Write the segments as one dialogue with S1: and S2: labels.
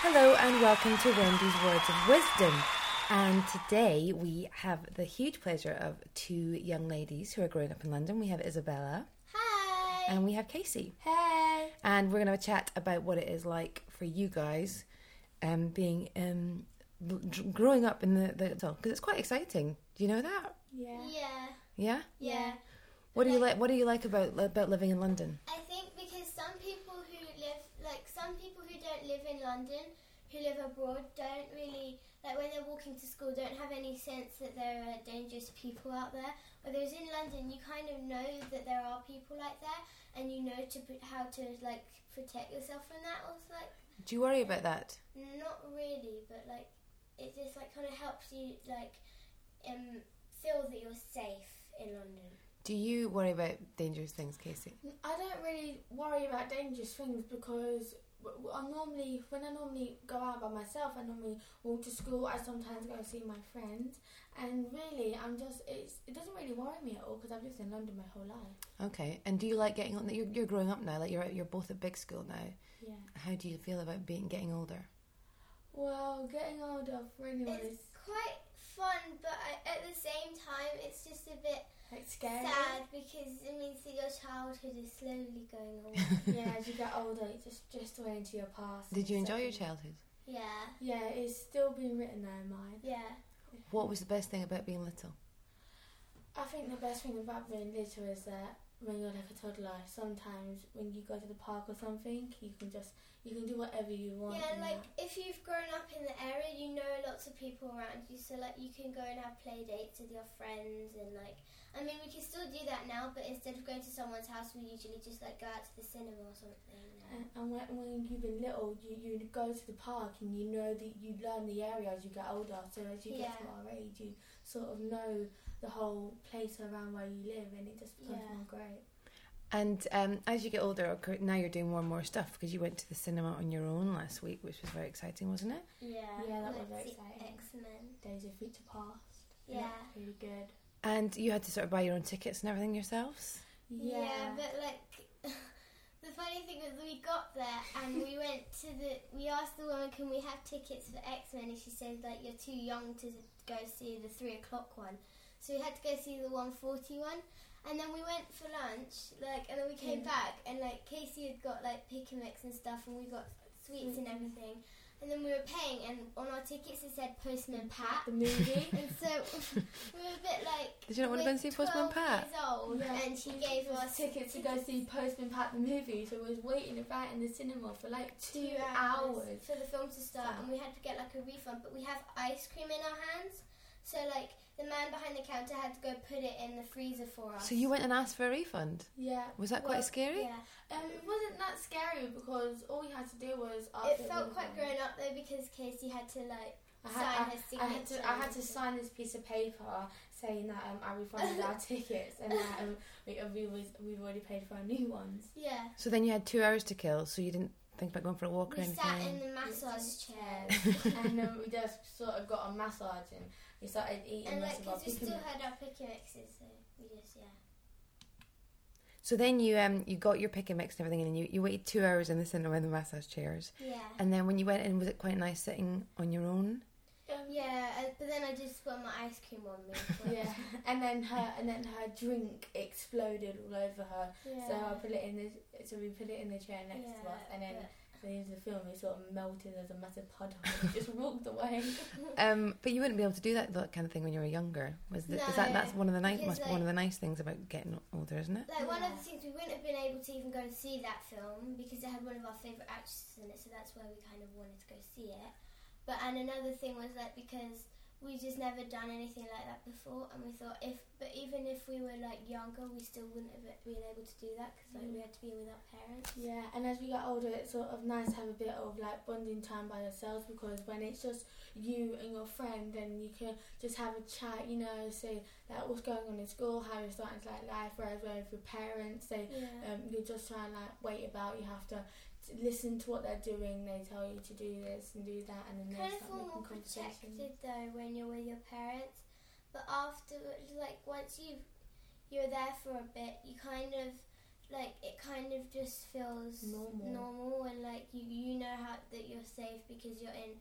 S1: Hello and welcome to Wendy's Words of Wisdom. And today we have the huge pleasure of two young ladies who are growing up in London. We have Isabella
S2: Hi.
S1: and we have Casey.
S2: Hey.
S1: And we're going to have a chat about what it is like for you guys um, being um, l- dr- growing up in the because it's quite exciting. Do you know that?
S2: Yeah.
S1: Yeah.
S2: Yeah.
S1: What do you like? What do you like about about living in London?
S2: I think because some people who live, like some people who don't live in London, who live abroad, don't really like when they're walking to school, don't have any sense that there are dangerous people out there. Whereas in London, you kind of know that there are people like that, and you know to pr- how to like protect yourself from that. Also, like
S1: Do you worry about that?
S2: Not really, but like it just like kind of helps you like um feel that you're safe in London.
S1: Do you worry about dangerous things, Casey?
S3: I don't really worry about dangerous things because w- w- I normally, when I normally go out by myself, I normally walk to school. I sometimes go see my friends, and really, I'm just it's, it doesn't really worry me at all because I've lived in London my whole life.
S1: Okay. And do you like getting on? You're, you're growing up now. Like you're you're both at big school now.
S3: Yeah.
S1: How do you feel about being getting older?
S3: Well, getting older for anyone is
S2: It's quite fun, but I, at the same time, it's just a bit
S3: like scary.
S2: sad because it means that your childhood is slowly going away.
S3: yeah, as you get older, it just drifts away into your past.
S1: Did you enjoy your
S3: Exactly.
S1: childhood?
S2: yeah,
S3: Yeah, it's still being written there in mine.
S2: yeah.
S1: What was the best thing about being little?
S3: I think the best thing about being little is that when you're like a toddler, sometimes when you go to the park or something, you can just you can do whatever you want.
S2: Yeah,
S3: and
S2: like
S3: that.
S2: if you've grown up in the area, you know lots of people around you, so like you can go and have play dates with your friends and like. I mean, we can still do that now, but instead of going to someone's house, we usually just like go out to the cinema or something.
S3: And, and when, when you've been little, you, you go to the park and you know that you learn the area as you get older. So as you get to
S2: Yeah.
S3: our age, you sort of know the whole place around where you live, and it just becomes
S2: Yeah.
S3: more great.
S1: And um, as you get older, of cour- now you're doing more and more stuff because you went to the cinema on your own last week, which was very exciting, wasn't it?
S2: Yeah,
S3: Yeah, that was
S2: like
S3: very exciting.
S2: X Men.
S3: Days of Future Past.
S2: Yeah.
S3: really good.
S1: And you had to sort of buy your own tickets and everything yourselves.
S2: Yeah. but like the funny thing was we got there and we went to the we asked the woman can we have tickets for X Men and she said like you're too young to go see the three o'clock one. So we had to go see the one forty one and then we went for lunch, like and then we came
S3: Yeah.
S2: back and like Casey had got like pick and mix and stuff and we got sweets and
S3: Mm.
S2: everything. And then we were paying and on our tickets it said Postman Pat.
S3: the movie.
S2: And so we were a bit like.
S1: Did you not want to go
S2: we're
S1: and see Postman
S2: 12
S1: Pat?
S2: Years old,
S3: Oh, Yeah.
S2: and she gave us
S3: tickets to go see Postman Pat the movie, so we was waiting about in the cinema for like two, hours.
S2: for the film to start, and we had to get like a refund. But we have ice cream in our hands, so like the man behind the counter had to go put it in the freezer for us.
S1: So you went and asked for a refund.
S3: Yeah,
S1: Was that quite
S3: Well,
S1: scary?
S2: Yeah,
S3: um, it wasn't that scary because all we had to do was.
S2: it
S3: after
S2: felt
S3: we-
S2: quite grown up though because Casey had to like
S3: I
S2: sign
S3: had,
S2: her
S3: I, I
S2: signature.
S3: had to I had to sign this piece of paper saying that um, I refunded our tickets and that um, we, uh, we was we've already paid for our new ones.
S2: Yeah,
S1: So then you had two hours to kill, so you didn't think about going for a walk or
S2: we
S1: anything.
S2: sat in the massage chair.
S3: and um, we just sort of got a massage and we started eating
S2: And
S3: lots
S2: like,
S3: of our
S2: because we
S3: pick and
S2: still had our picky mixes, so we just, yeah.
S1: So then you um you got your pick and mix and everything, and then you, you waited two hours in the cinema in the massage chairs.
S2: Yeah.
S1: And then when you went in, was it quite nice sitting on your own?
S3: Um,
S2: Yeah, uh, but then I just spilled my ice cream on me. but-
S3: yeah, and then her and then her drink exploded all over her.
S2: yeah.
S3: So I put it in the so we put it in the chair next to us, and then at the end of the film we sort of melted as a massive puddle. and we just walked away.
S1: Um, but you wouldn't be able to do that, that kind of thing when you were younger. Was that, is that
S2: No,
S1: that's one of the nice
S2: because,
S1: must be one
S2: like-
S1: of the nice things about getting older, isn't it?
S2: but, like one of
S3: Yeah.
S2: the things we wouldn't have been able to even go and see that film because it had one of our favourite actresses in it, so that's why we kind of wanted to go see it. But and another thing was like because we just never done anything like that before, and we thought if but even if we were like younger, we still wouldn't have been able to do that because like we had to be with our parents.
S3: Mm. Yeah, and as we got older, it's sort of nice to have a bit of like bonding time by yourselves because when it's just you and your friend, then you can just have a chat, you know, say like what's going on in school, how you're starting to like life, whereas with your parents, they
S2: Yeah.
S3: um, you're just trying to like wait about. You have to t- listen to what they're doing. They tell you to do this and do that, and then
S2: kind of
S3: they start
S2: feel more
S3: making conversation.
S2: protected though when you're with your parents but afterwards like once you you're there for a bit you kind of like it kind of life just feels
S3: Normal.
S2: normal and like you, you know how that you're safe because you're in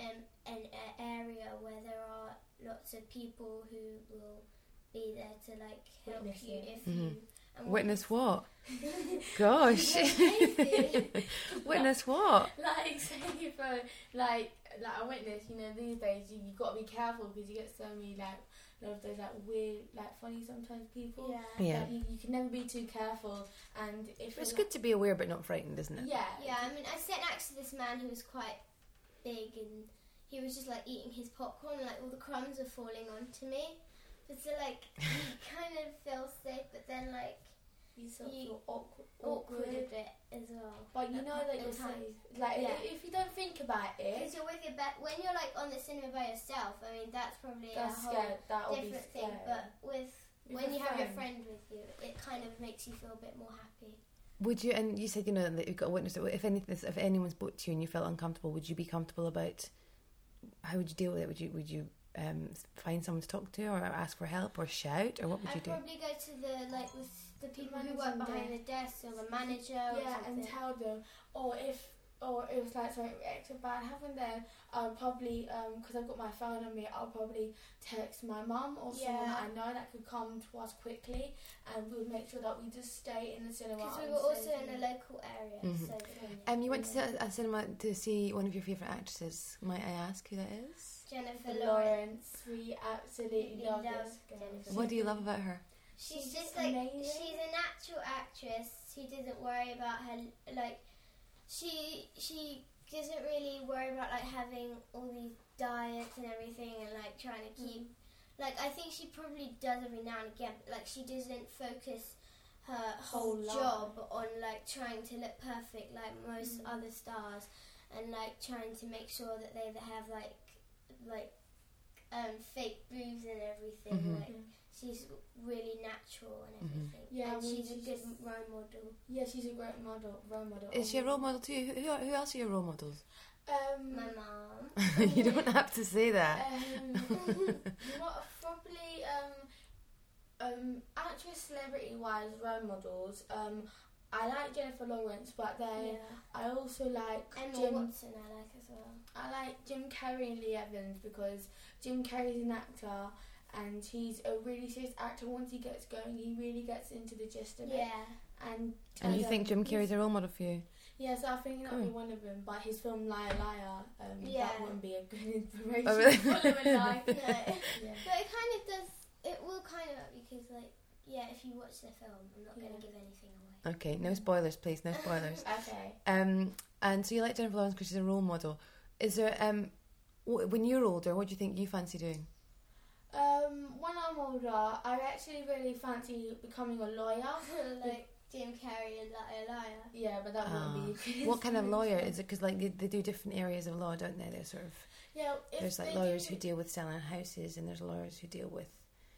S2: um, an a- area where there are lots of people who will be there to like help
S3: Witness
S2: you
S3: it.
S2: if
S1: Mhm.
S2: you and
S1: Witness what? Gosh. Witness what?
S3: like say for like like a witness, you know, these days you you gotta be careful because you get so many like a lot of those like weird like funny sometimes people.
S2: yeah.
S1: Yeah.
S3: Like, you, you can never be too careful, and if
S1: It's
S3: you're
S1: good to be aware but not frightened, isn't
S3: like-
S1: it?
S3: yeah,
S2: Yeah, I mean, I sat next to this man who was quite big and he was just like eating his popcorn and like all the crumbs were falling onto me. But so, like, you kind of feel safe, but then, like,
S3: you sort of
S2: You-
S3: feel awkward,
S2: awkward a
S3: awkward.
S2: bit as well.
S3: But you know that
S2: At
S3: you're
S2: times.
S3: safe. Like
S2: Yeah.
S3: i- if you don't think about
S2: Because
S3: it,
S2: you're with your best, when you're like on the cinema by yourself, I mean, that's probably
S3: that's
S2: a whole
S3: scared. That will be
S2: different thing.
S3: scary.
S2: But with,
S3: With
S2: when
S3: a
S2: you have your
S3: friend.
S2: friend with you, it kind of makes you feel a bit more happy.
S1: Would you? And you said you know that you've got a witness. If anything, if anyone spoke to you and you felt uncomfortable, would you be comfortable about? How would you deal with it? Would you would you um, find someone to talk to, or ask for help, or shout, or what would you
S2: I'd
S1: do?
S2: probably go to the like the, s- the people who work
S3: managing
S2: behind the desk or the manager or
S3: yeah,
S2: something.
S3: and tell them. Or if or it was like something extra bad happened, then I'll probably um because I've got my phone on me, I'll probably text my mum or someone that
S2: Yeah.
S3: I know that could come to us quickly, and we'll make sure that we just stay in the cinema.
S2: Because we
S3: and
S2: were also
S3: stay
S2: in a
S3: the-
S2: local area,
S1: Mhm.
S2: so
S1: Um, you went to a- a cinema to see one of your favourite actresses. Might I ask who that is?
S2: Jennifer
S3: For
S2: Lawrence.
S3: Lawrence, we absolutely
S2: We
S3: love
S2: love
S3: this
S2: Jennifer.
S3: girl.
S1: What do you love about her?
S2: She's,
S3: She's
S2: just
S3: just
S2: like
S3: amazing.
S2: she's a natural actress who doesn't worry about her like she she doesn't really worry about like having all these diets and everything and like trying to keep like I think she probably does every now and again but like she doesn't focus her whole
S3: Whole life.
S2: job on like trying to look perfect like most
S3: Mm.
S2: other stars and like trying to make sure that they have like like um fake boobs and everything
S1: Mhm.
S2: like she's really natural and
S1: Mhm.
S2: everything.
S3: Yeah,
S2: and
S3: well,
S2: she's a
S3: she's
S2: good
S3: just-
S2: role model.
S3: Yeah, she's a great model, role model.
S1: Is she a role model to you? Who, who, are- who else are your role models?
S3: Um,
S2: My mum.
S1: you don't have to say that.
S3: um, what probably um um actress celebrity wise role models um I like Jennifer Lawrence but then
S2: Yeah.
S3: I also like
S2: Emma
S3: Jim
S2: Watson, I like as well.
S3: I like Jim Carrey and Lee Evans because Jim Carrey's an actor and he's a really serious actor once he gets going he really gets into the gist of it
S2: Yeah,
S3: and
S1: And you
S3: um,
S1: think Jim Carrey's a role model for you?
S3: yeah so I think that would be one of them but his film Liar Liar um,
S2: Yeah.
S3: that wouldn't be a good inspiration
S1: Oh, really?
S3: for him in life
S2: no, but
S3: yeah.
S2: it kind of does. It will kind of because like yeah, if you watch the film, I'm not
S3: Yeah.
S2: going to give anything away.
S1: Okay, no spoilers, please, no spoilers.
S3: okay
S1: Um, and so you like Jennifer Lawrence because she's a role model. Is there um, wh- when you're older, what do you think you fancy doing?
S3: Um, when I'm older, I actually really fancy becoming a lawyer.
S2: like Jim Carrey and Liar Liar.
S3: Yeah, but that wouldn't be.
S1: Ah. What kind of lawyer is it? Because like they, they do different areas of law, don't they? They're sort of
S3: Yeah, if
S1: there's like
S3: they
S1: lawyers
S3: do,
S1: who deal with selling houses, and there's lawyers who deal with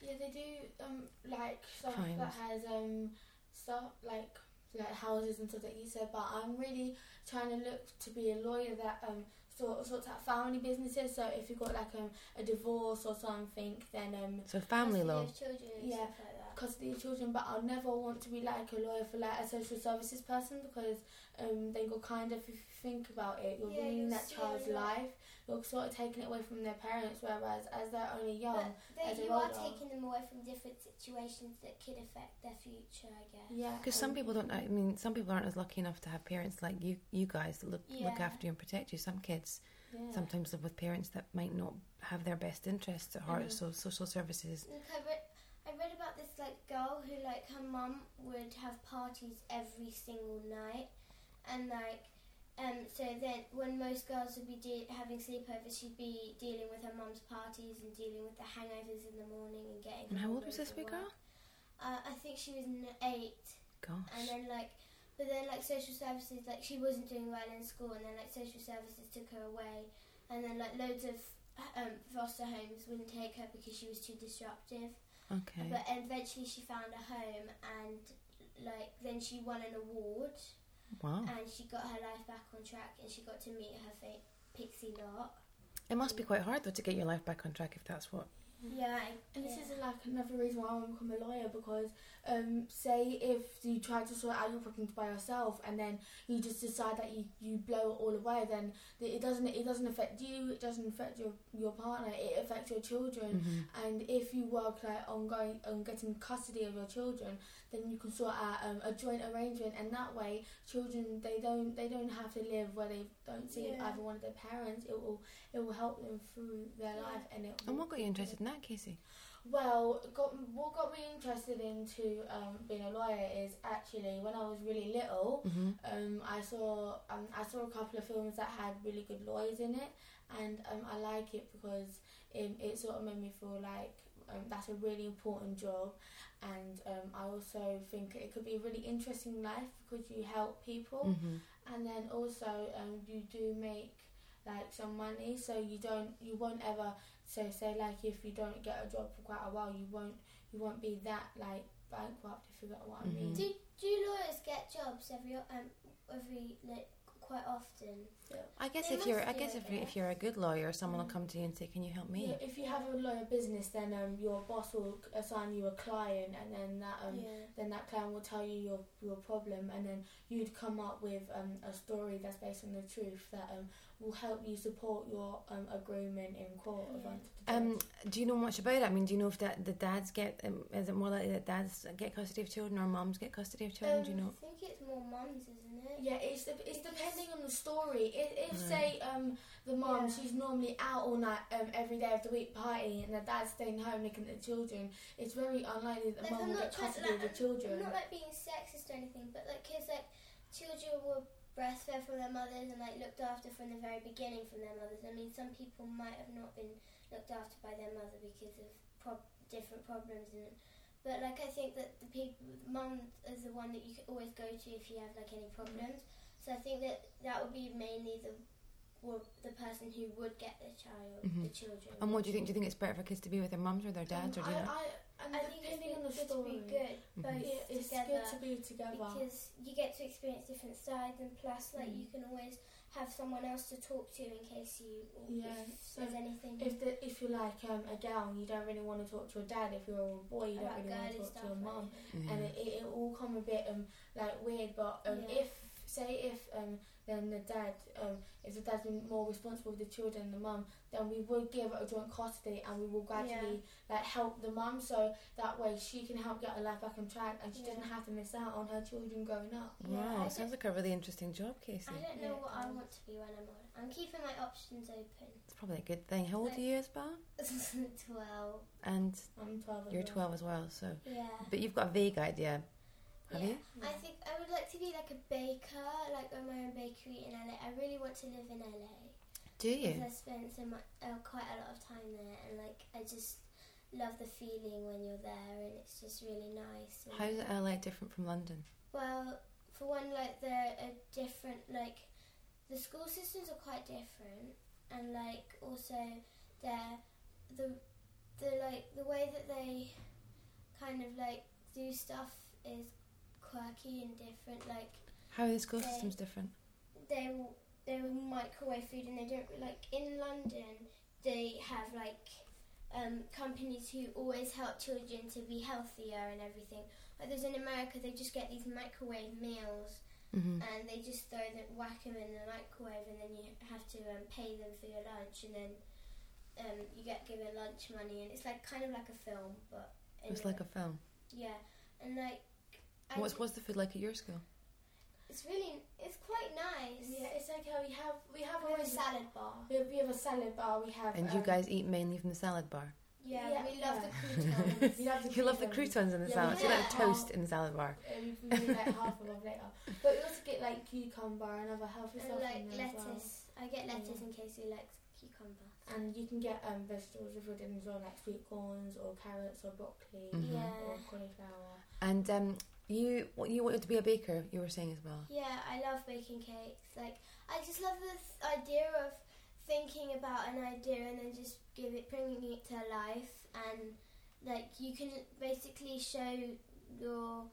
S3: Yeah, they do um like stuff that
S1: Crimes.
S3: has um stuff like like houses and stuff that you said. But I'm really trying to look to be a lawyer that um sort sorts out family businesses. So if you've got like um a divorce or something, then um
S1: so family
S2: Custody
S1: law.
S2: of children and
S3: Yeah.
S2: stuff like that.
S3: custody of children, but I'll never want to be like a lawyer for like a social services person because um, then you're kind of, if you think about it, you're
S2: Yeah,
S3: ruining
S2: you're
S3: that child's
S2: stealing it.
S3: life. You're sort of taking it away from their parents, whereas as they're only young.
S2: But
S3: as
S2: they,
S3: a
S2: you are
S3: model.
S2: taking them away from different situations that could affect their future, I guess.
S3: yeah,
S1: Because some
S3: um,
S1: people don't. I mean, some people aren't as lucky enough to have parents like you. You guys that look look
S2: Yeah.
S1: after you and protect you. Some kids
S3: yeah.
S1: sometimes live with parents that might not have their best interests at heart.
S3: Mhm.
S1: So social services.
S2: Look, I read, I read about this like girl who like her mum would have parties every single night, and like, um, so then when most girls would be de- having sleepovers, she'd be dealing with her mum's parties and dealing with the hangovers in the morning and getting.
S1: And how
S2: home
S1: old was
S2: ready
S1: this
S2: for
S1: wee
S2: work.
S1: girl?
S2: Uh, I think she was n- eight, and
S1: Gosh.
S2: then like. But then, like social services, like she wasn't doing well in school, and then like social services took her away, and then like loads of um, foster homes wouldn't take her because she was too disruptive.
S1: Okay.
S2: But eventually she found a home and like then she won an award
S1: Wow.
S2: and she got her life back on track and she got to meet her fate Pixie Lot.
S1: It must be quite hard though to get your life back on track if that's what
S2: Yeah. I,
S3: And this
S2: yeah.
S3: is like another reason why I want to become a lawyer because, um, say if you try to sort out your problems by yourself and then you just decide that you, you blow it all away, then th- it doesn't it doesn't affect you, it doesn't affect your, your partner, it affects your children.
S1: Mm-hmm.
S3: And if you work like on going on getting custody of your children, then you can sort out um, a joint arrangement, and that way children they don't they don't have to live where they don't see
S2: Yeah.
S3: either one of their parents. It will it will help them through their
S2: Yeah.
S3: life, and it.
S1: And
S3: will-
S1: what got you interested in that, Casey?
S3: well, got what got me interested into um, being a lawyer is actually when I was really little,
S1: Mm-hmm.
S3: um, I saw um, I saw a couple of films that had really good lawyers in it, and um, I like it because um, it sort of made me feel like um, that's a really important job, and um, I also think it could be a really interesting life because you help
S2: Oh.
S3: people
S1: Mm-hmm.
S3: and then also um, you do make like some money so you don't you won't ever so say like if you don't get a job for quite a while you won't you won't be that like bankrupt if you get what
S1: Mhm.
S3: I mean
S2: Do do lawyers get jobs every um every like quite often?
S1: I guess
S2: They
S1: if you're,
S2: must
S1: I
S2: Mm-hmm. do,
S1: guess
S2: I
S1: if you,
S2: guess.
S1: if you're a good lawyer, someone
S3: Mm.
S1: will come to you and say, "Can you help me?"
S3: Yeah, if you have a lawyer business then um, your boss will assign you a client and then that um,
S2: yeah.
S3: then that client will tell you your, your problem and then you'd come up with um, a story that's based on the truth that um, will help you support your um, agreement in court
S2: Yeah.
S3: against the judge.
S1: Um, do you know much about it? I mean, do you know if that the dads get? Um, is it more likely that dads get custody of children or moms get custody of children? do you
S3: Um,
S1: know?
S2: I think it's more mums, isn't it?
S3: Yeah, it's de- it's depending on the story. If, if
S1: Right.
S3: say um the mom
S2: Yeah.
S3: she's normally out all night um, every day of the week partying, and the dad's staying home looking at the children, it's very unlikely that the
S2: Like,
S3: mum
S2: I'm
S3: will
S2: not
S3: get
S2: trying-
S3: custody
S2: like,
S3: of the children.
S2: I'm not like being sexist or anything, but like kids, like children were breastfed from their mothers and like looked after from the very beginning from their mothers. I mean, some people might have not been looked after by their mother because of prob- different problems and. But like I think that the people, mum is the one that you can always go to if you have like any problems. So I think that that would be mainly the would- the person who would get the child, the
S1: Mhm.
S2: children.
S1: And what do you think? Do you think it's better for kids to be with their mums or their dads,
S3: Um,
S1: or do you
S3: I,
S1: know?
S3: I, and
S2: I think it's
S3: depending on the
S2: good to
S3: story,
S2: be good both
S3: it- it's
S2: together
S3: good to be together.
S2: because you get to experience different sides and plus like
S3: Mm.
S2: you can always have someone else to talk to in case you
S3: Yeah,
S2: if
S3: so
S2: there's anything
S3: If the, if you're like um, a girl and you don't really want to talk to your dad, if you're a boy you don't
S2: about
S3: really want to
S2: girly
S3: talk
S2: stuff
S3: to your
S2: like
S3: mum.
S2: that.
S1: Yeah.
S3: and it, it, it all come a bit um like weird. But um,
S2: Yeah.
S3: if say if um then the dad um if the dad's been more responsible with the children than the mum, then we would give a joint custody and we will gradually like help the mum so that way she can help get her life back on track and she
S2: Yeah.
S3: doesn't have to miss out on her children growing up.
S2: yeah,
S1: Mm-hmm. wow,
S2: I
S1: it sounds like a really interesting job, Casey.
S2: I don't know
S3: Yeah,
S2: what I
S3: um,
S2: want to be when I'm old. I'm keeping my options open.
S1: It's probably a good thing. How old
S2: Like-
S1: are you as well?
S2: Twelve.
S1: And
S3: I'm twelve. as
S1: you're
S3: well.
S1: 12 as well, so.
S2: Yeah.
S1: But you've got a vague idea, have
S2: Yeah.
S1: you?
S2: I think I would like to be like a baker, like own my own bakery in LA. I really want to live in LA.
S1: Do
S2: Because
S1: you?
S2: I spent so much, uh, quite a lot of time there, and like I just love the feeling when you're there, and it's just really nice. and-
S1: How's LA different from London?
S2: Well, for one, like they're a different, like the school systems are quite different, and like also they're the the like the way that they kind of like do stuff is quirky and different. Like
S1: How are the school
S2: They-
S1: systems different?
S2: they will they will microwave food, and they don't like in London they have like um, companies who always help children to be healthier and everything. Like there's in America, they just get these microwave meals
S1: Mm-hmm.
S2: and they just throw them, whack them in the microwave, and then you have to um, pay them for your lunch, and then um, you get given lunch money, and it's like kind of like a film, but in
S1: It's like a film.
S2: yeah, and like I
S1: What's,
S2: d-
S1: what's the food like at your school?
S2: it's really it's quite nice.
S3: Yeah, it's like how we have we have
S2: we have a
S3: always-
S2: salad bar.
S3: We have, we have a salad bar. We have
S1: And you
S3: um,
S1: guys eat mainly from the salad bar.
S2: Yeah,
S3: Yeah.
S2: we love the croutons.
S3: um, You love the
S1: You love the
S3: croutons.
S1: croutons in the
S3: Yeah,
S1: salad. You like
S2: yeah.
S1: toast in the salad bar.
S3: Um, we can do like half of later, but we also get like cucumber and other healthy
S2: and
S3: stuff.
S2: like
S3: in there as well.
S2: lettuce, I get lettuce
S3: Yeah.
S2: in case you like cucumber.
S3: And you can get um, vegetables if you're doing as well, like sweet corns or carrots or broccoli
S1: Mhm.
S2: Yeah.
S3: or cauliflower.
S1: And um, you what you wanted to be a baker. You were saying as well.
S2: Yeah, I love baking cakes. Like, I just love this idea of thinking about an idea and then just give it, bringing it to life, and like you can basically show your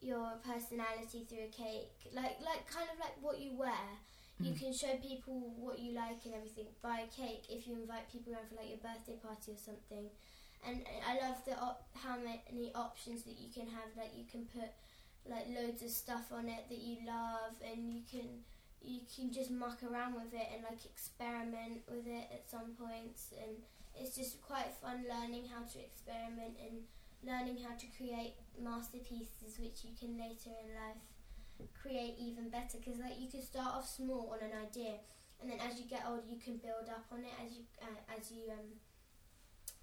S2: your personality through a cake. Like, like kind of like what you wear. You
S1: Mhm.
S2: can show people what you like and everything by a cake if you invite people around for like your birthday party or something. and I love the op- how many options that you can have. Like you can put like loads of stuff on it that you love, and you can you can just muck around with it and like experiment with it at some points. And it's just quite fun learning how to experiment and learning how to create masterpieces, which you can later in life create even better. Because like you can start off small on an idea, and then as you get older, you can build up on it as you uh, as you um,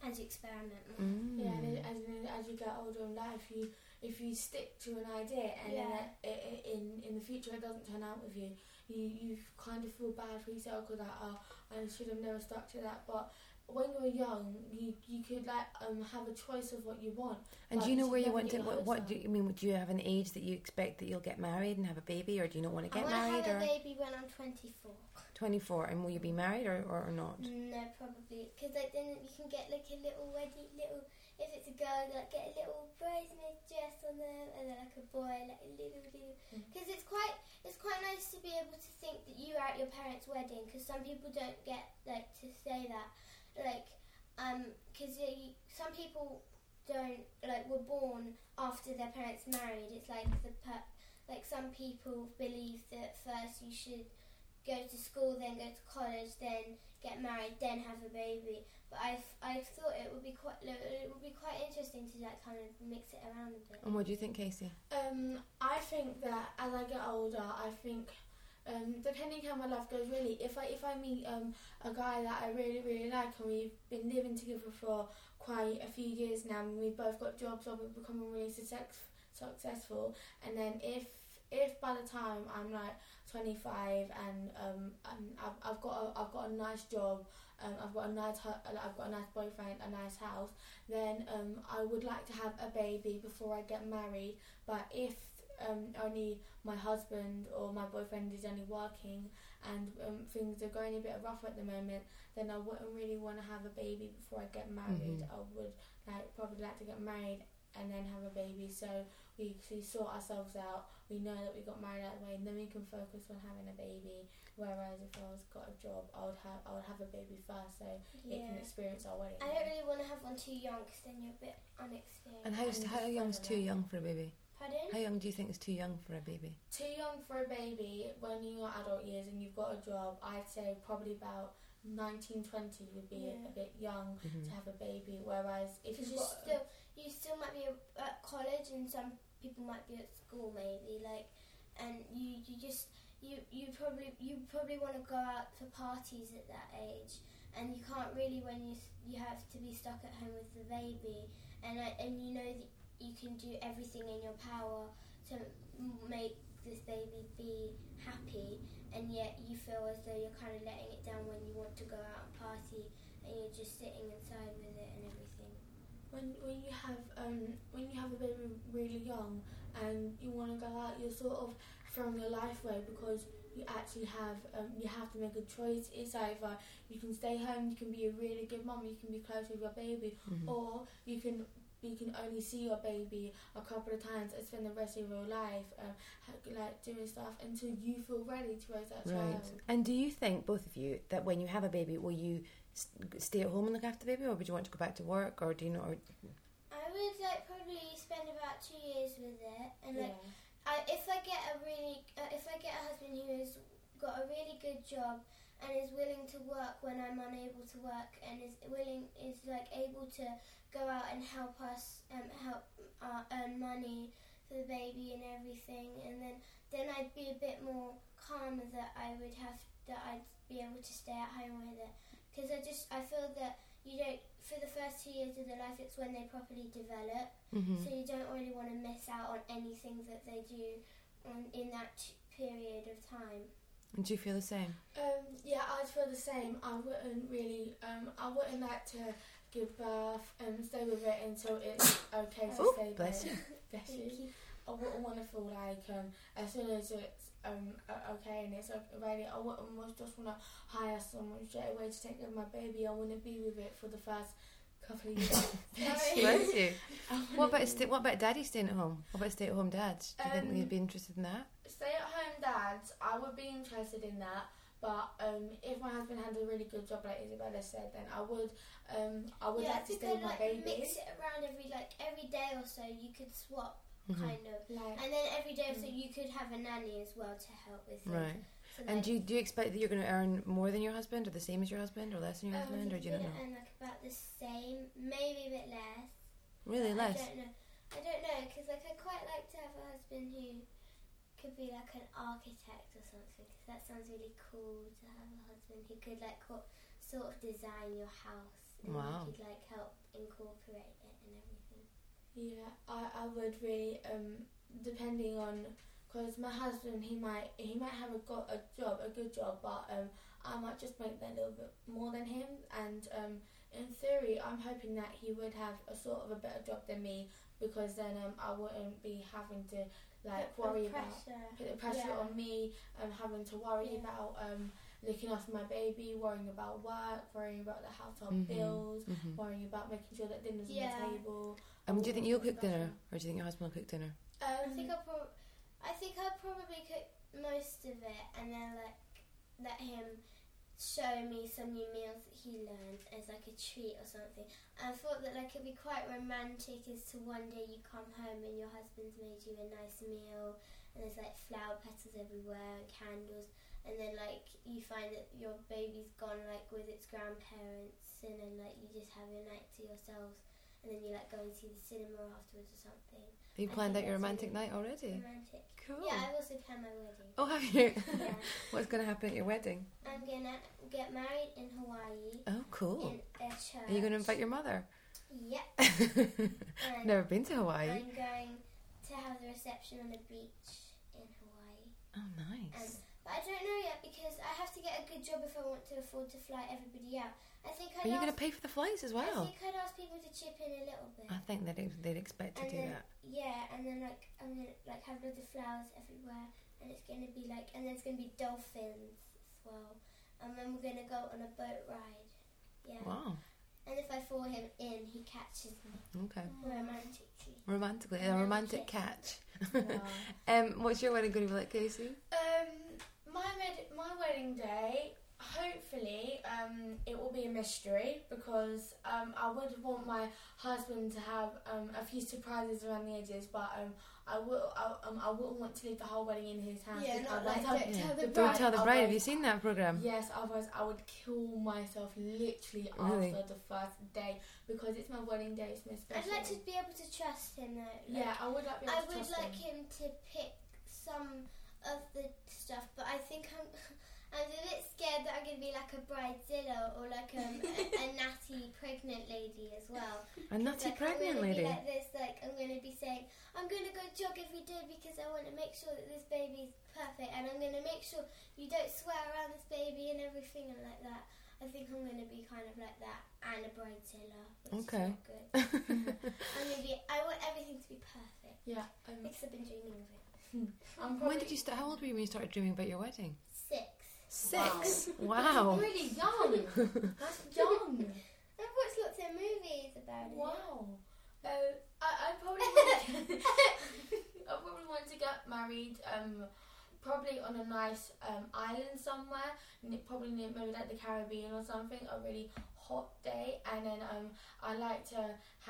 S2: as you experiment. more.
S1: Mm.
S3: Yeah, and then- and then as you get older in life, you if you stick to an idea and then
S2: Yeah.
S3: it, it, in in the future it doesn't turn out with you, you you kind of feel bad for yourself or that oh I should have never stuck to that. But when you're young, you you could like um have a choice of what you want.
S1: And do
S3: But
S1: you know
S3: you
S1: where you
S3: never
S1: want to?
S3: knew how
S1: What,
S3: it
S1: what do you I mean? Do you have an age that you expect that you'll get married and have a baby, or do you not want to
S2: I
S1: get
S2: want to
S1: married?
S2: have a
S1: Or
S2: baby when I'm 24.
S1: twenty four, and will you be married or, or, or not?
S3: Mm.
S2: No, probably because like then you can get like a little wedding, little if it's a girl, like get a little bridesmaid dress on them, and then like a boy, like a little little. Because it's quite it's quite nice to be able to think that you are at your parents' wedding. Because some people don't get like to say that, like um, because some people don't like were born after their parents married. It's like the per- like some people believe that first you should go to school, then go to college, then get married, then have a baby. But I, I thought it would be quite like, it would be quite interesting to like kind of mix it around a bit.
S1: And what do you think, Casey?
S3: Um, I think that as I get older, I think um, depending how my life goes, really, if I if I meet um, a guy that I really really like and we've been living together for quite a few years now, and we've both got jobs or we've become really success, successful, and then if if by the time I'm like 25 and um, and I've, I've got a, I've got a nice job, um, I've got a nice hu- I've got a nice boyfriend, a nice house, then um, I would like to have a baby before I get married but if um, only my husband or my boyfriend is only working and um, things are going a bit rough at the moment, then I wouldn't really want to have a baby before I get married.
S1: Mhm.
S3: I would like probably like to get married and then have a baby so we, we sort ourselves out. We know that we got married that way, and then we can focus on having a baby. Whereas if I was got a job, I would have I would have a baby first so it can experience our wedding.
S2: I don't really want to have one too young because then you're a bit unexperienced.
S1: And how's,
S3: I'm
S1: how
S3: just
S1: young's
S3: fine
S1: too
S3: with that.
S1: young for a baby?
S2: Pardon?
S1: How young do you think is too young for a baby?
S3: Too young for a baby when you're adult years and you've got a job, I'd say probably about 19, 20 would be
S2: Yeah.
S3: a bit young
S1: Mhm.
S3: to have a baby. Whereas if
S2: Because you
S3: you've got,
S2: still you still might be at college and some people might be at school maybe like, and you you just you you probably you probably want to go out for parties at that age, and you can't really when you s- you have to be stuck at home with the baby, and I, and you know that you can do everything in your power to m- make this baby be happy, and yet you feel as though you're kind of letting it down when you want to go out and party, and you're just sitting inside with it and everything.
S3: when when you have um when you have a baby really young and you want to go out, you're sort of throwing your life away because you actually have um, you have to make a choice. It's either you can stay home, you can be a really good mum, you can be close with your baby,
S1: Mhm.
S3: or you can you can only see your baby a couple of times and spend the rest of your life um, ha- like doing stuff until you feel ready to raise that
S1: Right.
S3: child.
S1: And do you think both of you that when you have a baby, will you s stay at home and look after the baby, or would you want to go back to work, or do you not? Or,
S2: I would like probably spend about two years with it, and
S3: Yeah.
S2: like I, if I get a really uh, if I get a husband who has got a really good job and is willing to work when I'm unable to work and is willing is like able to go out and help us um, help uh, earn money for the baby and everything, and then then I'd be a bit more calmer that I would have that I'd be able to stay at home with it because I just I feel that you don't for the first two years of their life it's when they properly develop
S1: Mhm.
S3: Mm.
S2: so you don't really want to miss out on anything that they do on, in that t- period of time.
S1: And do you feel the same?
S3: Um, yeah, I'd feel the same. I wouldn't really. Um, I wouldn't like to give birth and stay with it until it's okay to
S1: Oh,
S3: stay with
S1: bless
S3: it.
S1: you.
S3: Bless you.
S2: Thank you.
S3: I wouldn't want to feel like um, as soon as it's um o- okay and it's o- ready, I wouldn't want- just want to hire someone straight away to take care of my baby. I want to be with it for the first couple of years. Bless you.
S1: Bless you.
S3: I wanna
S1: What about
S3: be-
S1: sta what about daddy staying at home? What about stay at home dads? Do you think
S3: Um,
S1: you'd be interested in that?
S3: stay at home dads? I would be interested in that But um, if my husband had a really good job, like Isabella said, then I would um, I would
S2: yeah,
S3: like
S2: if
S3: to
S2: you
S3: stay with
S2: could
S3: my
S2: like
S3: baby.
S2: mix it around every like every day or so, you could swap
S1: Mhm.
S3: Mm-hmm.
S2: kind of,
S3: Like
S2: and then every day or so you could have a nanny as well to help with. things.
S1: Right.
S2: So,
S1: And
S2: like,
S1: do you, do you expect that you're going to earn more than your husband, or the same as your husband, or less than your
S2: um,
S1: husband, or do you not know?
S2: And like about the same, maybe a bit less.
S1: Really,
S2: I
S1: less.
S2: don't know. I don't know because like I quite like to have a husband who could be like an architect or something. 'cause that sounds really cool to have a husband who could like co- sort of design your house. And
S1: Wow.
S2: You could like help incorporate it and everything.
S3: Yeah, I, I would really um depending on because my husband he might he might have a got a job a good job but um I might just make that little bit more than him and um in theory I'm hoping that he would have a sort of a better job than me because then um I wouldn't be having to like
S2: Put the
S3: worry about
S2: pressure.
S3: put the pressure
S2: Yeah.
S3: on me, um, having to worry
S2: Yeah.
S3: about um, looking after my baby, worrying about work, worrying about the household
S1: Mhm.
S3: bills,
S1: Mhm.
S3: worrying about making sure that dinner's
S2: Yeah.
S3: on the table.
S1: Um, do you think
S3: all
S1: you'll
S3: those
S1: cook dinner, or
S3: questions.
S1: do you think your husband will cook dinner?
S2: I think
S3: Um,
S2: I'll prob- I think I'll probably cook most of it and then like let him show me some new meals that he learned as like a treat or something. I thought that like it'd be quite romantic is to one day you come home and your husband's made you a nice meal and there's like flower petals everywhere and candles and then like you find that your baby's gone like with its grandparents and then like you just have your night to yourselves and then you like go and see the cinema afterwards or something.
S1: Have you
S2: I
S1: planned out
S2: think
S1: your
S2: that's
S1: romantic
S2: really
S1: night already?
S2: Romantic.
S1: Cool.
S2: Yeah, I've also planned my wedding.
S1: Oh, have you?
S2: Yeah.
S1: What's going to happen at your wedding?
S2: I'm gonna get married in Hawaii
S1: Oh, cool.
S2: in a church.
S1: Are you going to invite your mother?
S2: Yep. And
S1: Never been to Hawaii.
S2: I'm going to have the reception on a beach in Hawaii.
S1: Oh, nice.
S2: But I don't know yet because I have to get a good job if I want to afford to fly everybody out. I think
S1: Are
S2: I'd
S1: you
S2: ask,
S1: going to pay for the flights as
S2: I
S1: well?
S2: think I'd ask people to chip in a little bit.
S1: I think they'd, they'd expect to
S2: And
S1: do
S2: then-
S1: that.
S2: Yeah, and then like I'm gonna like have loads of flowers everywhere, and it's gonna be like, and there's gonna be dolphins as well, and then we're gonna go on a boat ride. Yeah.
S1: Wow.
S2: And if I throw him in, he catches me
S1: Okay.
S3: Mm.
S2: romantically.
S1: Romantically, a
S2: Romantic.
S1: romantic catch.
S3: yeah.
S1: um, what's your wedding going to be like, Casey?
S3: um, my med- my wedding day. Hopefully, um, it will be a mystery because um, I would want my husband to have um, a few surprises around the edges, but um, I will I, um, I wouldn't want to leave the whole wedding in his hands. because I won't have
S1: don't tell
S3: the
S1: Don't
S3: bride,
S1: tell the
S3: I'll
S1: bride.
S3: go-
S1: Have you seen that program?
S3: Yes, otherwise I would kill myself literally
S1: Oh, Really?
S3: after the first day because it's my wedding day. It's my
S2: I'd
S3: special.
S2: like to be able to trust him though. like,
S3: Yeah, I would like. Be able
S2: I
S3: to
S2: would
S3: trust
S2: like
S3: him.
S2: him to pick some of the stuff, but I think I'm. I'm a bit scared that I'm going to be like a bridezilla or like um, a, a natty pregnant lady as well.
S1: A nutty
S2: Like, I'm
S1: pregnant
S2: gonna
S1: lady.
S2: Be like this, like I'm gonna be saying, I'm gonna go jog every day because I want to make sure that this baby's perfect, and I'm gonna make sure you don't swear around this baby and everything and like that. I think I'm gonna be kind of like that and a bridezilla, which
S1: Okay.
S2: is not good. I'm gonna be. I want everything to be perfect
S3: Yeah. Um,
S1: Mm.
S2: because I've been dreaming of it.
S3: I'm probably
S1: when did you start? How old were you when you started dreaming about your wedding?
S2: Six.
S1: Six. Wow.
S3: really young. That's young.
S2: I've watched lots of movies about it.
S3: wow. Uh, I, I probably want, I probably want to get married. Um, probably on a nice um, island somewhere. n- Probably near, maybe like the Caribbean or something. A really hot day, and then um, I like to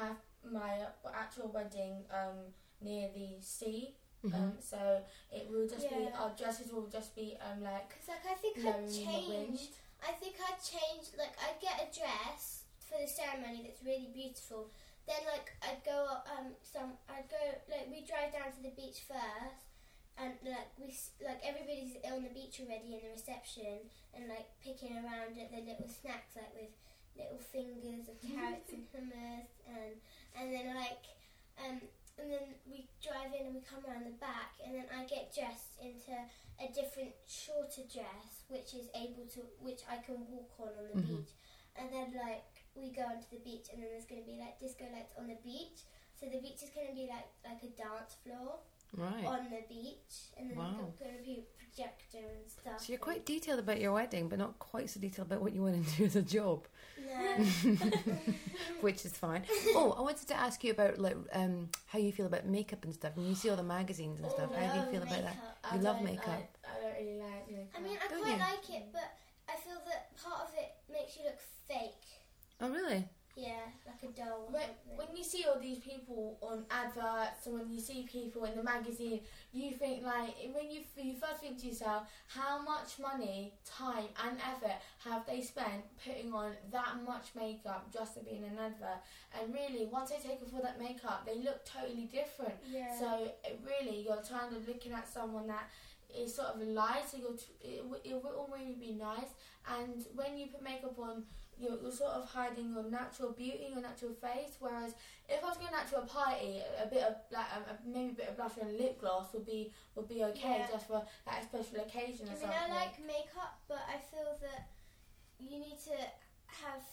S3: have my actual wedding um near the sea.
S1: Mhm.
S3: Um, so it will just be
S2: Yeah.
S3: our dresses will just be um like
S2: Because like I think
S3: blown
S2: I'd
S3: in the
S2: change.
S3: wind.
S2: I think I'd change, like, I'd get a dress for the ceremony that's really beautiful. Then, like, I'd go up, um, some, I'd go, like, we drive down to the beach first, and, like, we, s- like, everybody's on the beach already in the reception, and, like, picking around at the little snacks, like, with little fingers of carrots and hummus, and, and then, like, um, and then we drive in and we come around the back, and then I get dressed into a different shorter dress which is able to which I can walk on on the
S1: Mhm.
S2: beach and then like we go onto the beach and then there's going to be like disco lights on the beach so the beach is going to be like like a dance floor
S1: Right.
S2: on the beach and then
S1: Wow.
S2: there's going to be a projector and stuff
S1: So you're quite detailed about your wedding, but not quite so detailed about what you want to do as a job,
S2: no
S1: which is fine. Oh, I wanted to ask you about like um, how you feel about makeup and stuff. And you see all the magazines and stuff.
S3: Oh,
S1: How do you
S3: no,
S1: feel about that?
S2: makeup.
S1: You love
S3: don't
S1: makeup.
S3: Like, I don't really like
S1: really
S2: I
S1: cool.
S2: mean, I
S1: Don't
S2: quite
S1: you?
S2: like it, but I feel that part of it makes you look fake.
S1: Oh, really?
S2: Yeah, like a doll. or
S3: When,
S2: something.
S3: when you see all these people on adverts and when you see people in the magazine, you think like when you you first think to yourself, how much money, time, and effort have they spent putting on that much makeup just to be in an advert? And really, once they take off all that makeup, they look totally different.
S2: yeah.
S3: So it really, you're trying to looking at someone that is sort of light, so you're tr- it, w- it will really be nice. And when you put makeup on, you're, you're sort of hiding your natural beauty, your natural face. Whereas if I was going out to a party, a, a bit of like um, a, maybe a bit of blush and lip gloss would be would be okay
S2: Yeah.
S3: just for like a special occasion
S2: I
S3: or
S2: mean, I
S3: something.
S2: like makeup, but I feel that you need to have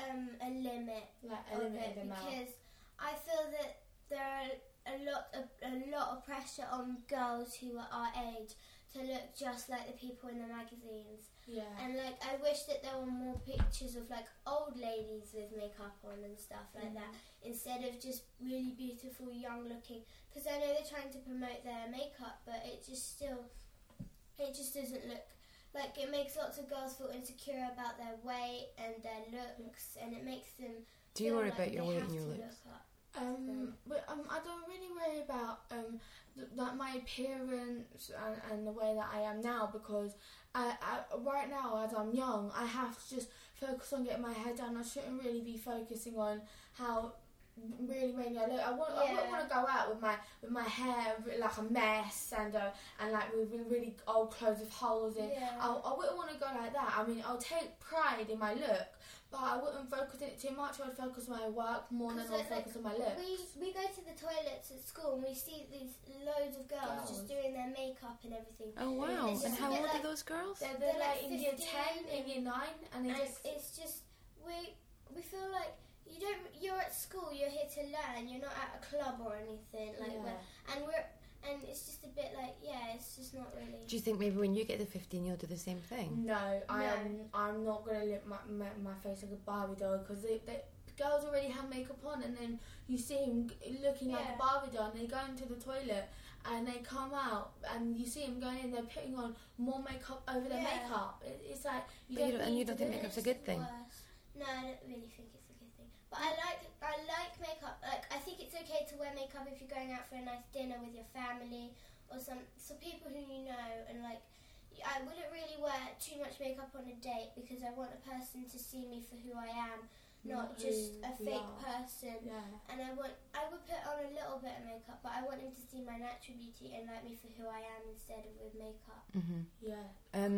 S2: um, a limit
S3: like a
S2: of
S3: limited
S2: it
S3: amount.
S2: because I feel that there are a lot of a lot of pressure on girls who are our age to look just like the people in the magazines.
S3: Yeah.
S2: And like, I wish that there were more pictures of like old ladies with makeup on and stuff like
S1: Mm.
S2: that instead of just really beautiful young looking. Because I know they're trying to promote their makeup, but it just still, it just doesn't look like it makes lots of girls feel insecure about their weight and their looks, and it makes them.
S1: Do you
S2: feel
S1: worry
S2: like
S1: about your
S2: they
S1: weight
S2: have
S1: and your
S2: to
S1: looks?
S2: Look up.
S3: Um, but um, I don't really worry about um, th- that my appearance and, and the way that I am now because I, I right now as I'm young I have to just focus on getting my hair done. I shouldn't really be focusing on how really maybe I look. I want I wouldn't
S2: Yeah.
S3: want to go out with my with my hair re- like a mess and uh, and like with re- really old clothes with holes in.
S2: Yeah.
S3: I, I wouldn't want to go like that. I mean, I'll take pride in my look, but I wouldn't focus on it too much. I'd focus on my work more than
S2: 'Cause
S3: I'd
S2: it, like,
S3: focus on my look.
S2: We we go to the toilets at school and we see these loads of girls
S3: Girls.
S2: just doing their makeup and everything.
S1: Oh, wow.
S2: It's
S1: And
S2: just a
S1: how
S2: bit
S1: old are
S2: like-
S1: those girls?
S3: They're,
S2: They're
S3: they're
S2: like
S3: like in year
S2: 15
S3: 10, in year 9, and they
S2: And
S3: just.
S2: it's just we we feel like you don't you're at school you're here to learn you're not at a club or anything like
S3: yeah.
S2: we're, and we're and it's just a bit like yeah it's just not really
S1: Do you think maybe when you get to 15, you'll do the same thing?
S3: No, I
S2: No.
S3: am. I'm not gonna look my, my, my face like a Barbie doll because they, they, girls already have makeup on, and then you see them looking like
S2: Yeah.
S3: a Barbie doll, and they go into the toilet, and they come out, and you see them going in, they're putting on more makeup over their
S2: Yeah.
S3: makeup. It, it's like you
S1: But you
S3: don't.
S1: don't- and
S3: need
S1: you
S3: to
S1: don't think
S3: do it.
S1: makeup's a
S2: It's
S1: good
S2: the
S1: thing.
S2: worst. no I don't really think it's a good thing but I like I like makeup like I think it's okay to wear makeup if you're going out for a nice dinner with your family or some so people who you know and like I wouldn't really wear too much makeup on a date because I want a person to see me for who I am not
S3: Not
S2: just
S3: who
S2: a
S3: we
S2: fake
S3: are.
S2: person
S3: Yeah.
S2: and I want I would put on a little bit of makeup, but I want him to see my natural beauty and like me for who I am instead of with makeup.
S1: hmm
S3: Yeah.
S1: Um,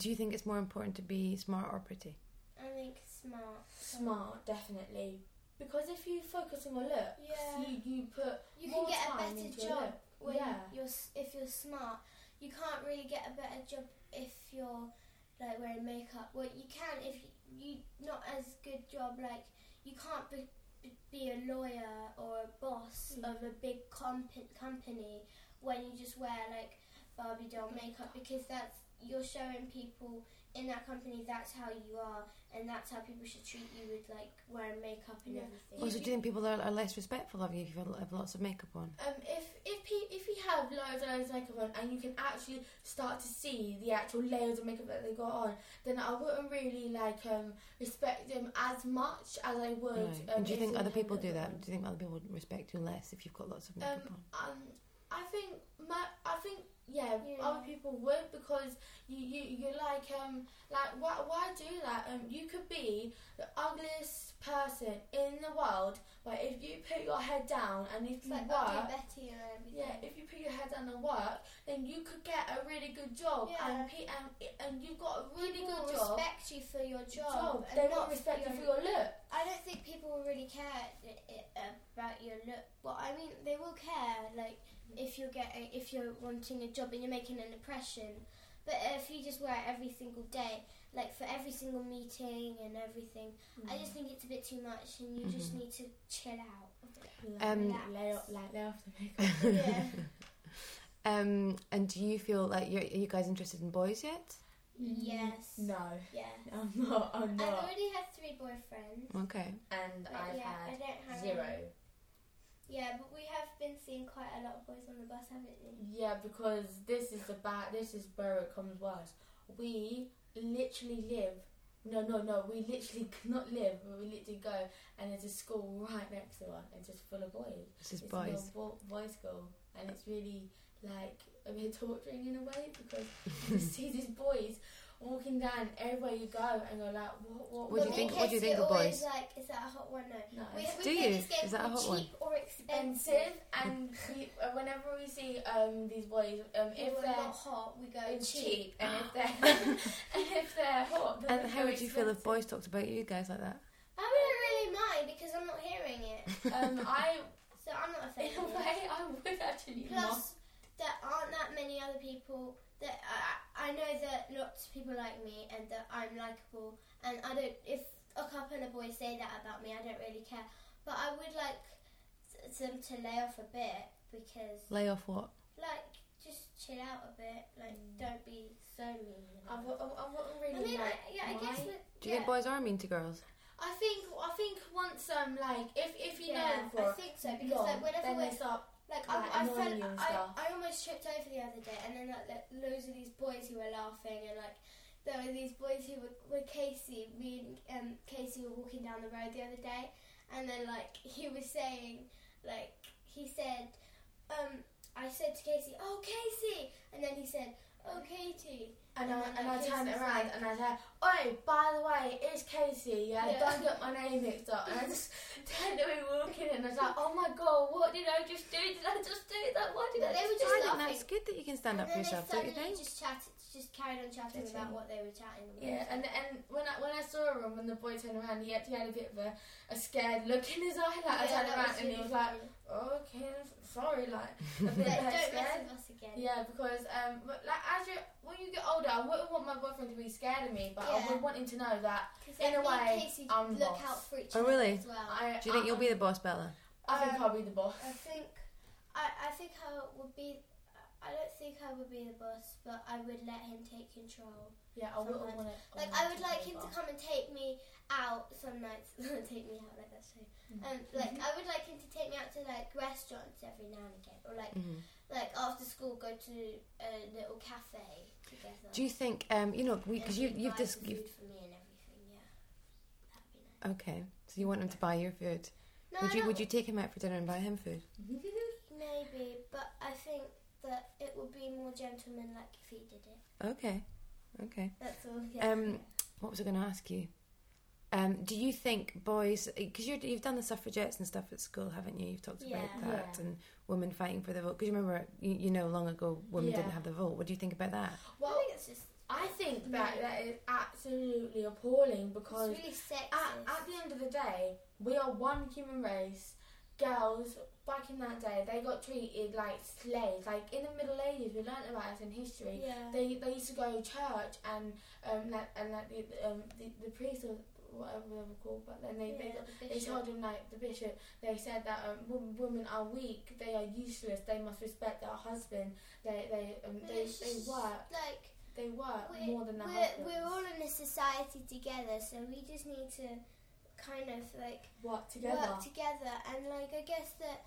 S1: do you think it's more important to be smart or pretty?
S2: I think smart.
S3: Smart, definitely. Because if you focus on your looks,
S2: Yeah.
S3: you, you put
S2: You
S3: more
S2: can get a
S3: time
S2: better
S3: into your
S2: job
S3: look.
S2: when
S3: Yeah.
S2: you're s- if you're smart. You can't really get a better job if you're like wearing makeup. Well, you can if you, you not as good job like you can't be, be- be a lawyer or a boss
S3: Mm.
S2: of a big comp- company when you just wear like Barbie doll makeup because that's you're showing people in that company that's how you are and that's how people should treat you with like wearing makeup and
S3: Yeah.
S2: everything.
S1: Also, do you think people are, are less respectful of you if you have- have lots of makeup on?
S3: Um, if if pe- if you have loads and loads of makeup on and you can actually start to see the actual layers of makeup that they got on, then I wouldn't really like um respect them as much as I would.
S1: Right.
S3: Um,
S1: And do you
S3: if
S1: think other
S3: had
S1: people
S3: loads
S1: do
S3: of
S1: that?
S3: them.
S1: Do you think other people would respect you less if you've got lots of makeup
S3: Um, um, I think my, I think yeah,
S2: Yeah.
S3: other people would because you you you're like um like why why do that? Um, you could be the ugliest person in the world, but if you put your head down and if
S2: It's
S3: you
S2: like
S3: work.
S2: Ugly Betty and everything.
S3: Yeah, if you put your head down and work, then you could get a really good job,
S2: Yeah.
S3: and, pe- and and you've got a really
S2: people
S3: good job.
S2: respect you for your job.
S3: job.
S2: and
S3: They
S2: not
S3: won't respect you
S2: your-
S3: for your look.
S2: I don't think people will really care i- i- um, about your look. Well, I mean, they will care, like
S3: Mm-hmm.
S2: if you're getting, if you're wanting a job and you're making an impression. But if you just wear it every single day, like for every single meeting and everything,
S3: Mm-hmm.
S2: I just think it's a bit too much, and you just
S1: Mhm.
S2: need to chill out. a bit.
S1: Um,
S3: lay off, like lay off the makeup.
S1: on?
S2: yeah.
S1: um, and do you feel like you're, are you guys interested in boys yet?
S2: yes.
S3: Mm-hmm. No,
S2: Yeah.
S3: I'm not. I'm
S2: I
S3: not.
S2: already have three boyfriends.
S1: Okay.
S3: And
S2: But
S3: I've
S2: yeah, I
S3: had
S2: don't have
S3: zero.
S2: any. Yeah, but we have been seeing quite a lot of boys on the bus, haven't we?
S3: Yeah, because this is the bad. This is where it comes worse. We literally live. No, no, no. We literally not live. But we literally go, and there's a school right next to us. It's just full of boys.
S1: It's just
S3: it's a
S1: boys.
S3: little bo- boys' school, and it's really like a bit torturing in a way because you see these boys walking down everywhere you go, and you're like, what, what,
S1: What do you
S2: But
S1: think-
S2: in
S1: what do you
S2: case
S1: think
S2: it
S1: of
S2: always
S1: boys?
S2: Like, is that a hot one? No.
S3: No,
S2: We,
S3: it's
S1: Do
S2: we play
S1: you?
S2: This game
S1: Is that a
S2: called
S1: hot one?
S2: cheap or expensive?
S3: expensive, and we, uh, whenever we see um these boys, um
S2: If
S3: if
S2: we're
S3: they're
S2: not hot, we go
S3: it's
S2: cheap.
S3: cheap, and if they're and if they're hot, then
S1: And
S3: they're
S1: how would you feel if
S3: expensive.
S1: boys talked about you guys like that?
S2: I wouldn't really mind because I'm not hearing it,
S3: Um, I
S2: so I'm not
S3: in a
S2: offended.
S3: way I would actually. not.
S2: Plus, there aren't that many other people that I, I I know that lots of people like me and that I'm likable. And I don't, if a couple of boys say that about me, I don't really care. But I would like s- them to lay off a bit because,
S1: Lay off what?
S2: like, just chill out a bit. Like, don't be so mean.
S3: Mm. I w- I, I
S2: I
S3: wouldn't really
S2: mean, I,
S3: like.
S2: yeah, I guess
S3: why?
S2: that.
S1: Do you
S2: yeah.
S1: think boys are mean to girls?
S3: I think I think once um like if if you
S2: yeah,
S3: know for
S2: I think so because
S3: long,
S2: like
S3: then
S2: whenever
S3: they
S2: we're
S3: start
S2: Like, I,
S3: like,
S2: I
S3: annoying
S2: felt
S3: you and
S2: I,
S3: stuff.
S2: I almost tripped over the other day, and then like, lo- loads of these boys who were laughing, and like there were these boys who were, were Casey. Me and um, Casey were walking down the road the other day, and then like he was saying, like he said, um, I said to Casey, "Oh Casey," and then he said, "Oh Katie."
S3: and I
S2: and
S3: and I
S2: like,
S3: turn
S2: it's just
S3: around
S2: like-
S3: and I say, oh by the way, it's Casey. Yeah,
S2: Yeah.
S3: don't get my name mixed up. And I just turned away walking and I was like, oh my god, what did I just do? Did I just do that? Why did
S2: But
S3: I?
S2: they were
S3: just
S2: just
S3: do
S1: I
S3: that?"
S1: think
S2: laughing.
S1: that's good that you can stand up
S2: and
S1: for
S2: then
S1: yourself,
S2: they
S1: don't you
S2: suddenly
S1: think?
S2: just chatted, just carried on chatting
S3: Did
S2: about
S3: you?
S2: what they were chatting about.
S3: Yeah, and and when I when I saw him when the boy turned around, he actually had a bit of a, a scared look in his eye. Like
S2: Yeah,
S3: I turned
S2: that
S3: around
S2: was
S3: and he
S2: really
S3: was like,
S2: funny.
S3: "Okay, f- sorry," like a bit
S2: Like, don't
S3: like,
S2: mess
S3: scared.
S2: with us again.
S3: Yeah, because um, but like as you when you get older, I wouldn't want my boyfriend to be scared of me, but
S2: Yeah.
S3: I would want him to know that
S2: Because
S3: In a way,
S2: Casey
S3: I'm
S2: look
S3: lost.
S2: out for each
S1: Oh,
S2: other
S1: really?
S2: as well.
S3: I.
S1: Do you think
S3: I,
S1: you'll be the boss, Bella?
S3: I
S2: Um,
S3: think I'll be the boss.
S2: I think I, I think I would be I don't think I would be the boss, but I would let him take control.
S3: Yeah, I wouldn't
S2: sometimes.
S3: want it.
S1: Oh,
S2: Like I would like him to come and take me out some nights. Not take me out like that's true.
S1: Mm-hmm.
S2: Um, like I would like him to take me out to like restaurants every now and again, or like
S1: Mhm.
S2: like after school go to a little cafe together.
S1: Do you think, um, you know, because you,
S2: And he'd
S1: you've
S2: buy
S1: just.
S2: the
S1: You've,
S2: food for me and everything. Yeah, that'd be nice.
S1: okay, so you want him to buy your food.
S2: No,
S1: Would
S2: I
S1: you
S2: don't
S1: would you take him out for dinner and buy him food?
S2: Maybe, but I think that it would be more gentlemanlike if he did it.
S1: Okay, okay.
S2: That's all. Yeah.
S1: Um, What was I going to ask you? Um, do you think boys, because you've done the suffragettes and stuff at school, haven't you? You've talked
S2: Yeah.
S1: about that
S3: Yeah.
S1: and women fighting for the vote. Because you remember, you, you know, long ago women
S3: Yeah.
S1: didn't have the vote. What do you think about that?
S2: I
S3: Well,
S2: think it's just
S3: I think that that is absolutely appalling
S2: it's
S3: because
S2: really sexist.
S1: Ah,
S3: at, at the end of the day, we are one human race. Girls, back in that day, they got treated like slaves. Like in the Middle Ages, we learnt about this in history.
S2: yeah.
S3: They, they used to go to church and um like, and like the um the, the priest or whatever they were called, but then they, they
S2: Yeah,
S3: got
S2: the
S3: they
S2: bishop.
S3: told him like the bishop. They said that um, wom- women are weak. They are useless. They must respect their husband. They they um,
S2: But
S3: they,
S2: it's
S3: they
S2: just
S3: work.
S2: Like
S3: They work
S2: we're,
S3: more than their
S2: we're,
S3: husbands.
S2: we're all in a society together, so we just need to kind of like
S3: work together.
S2: work together. And like I guess that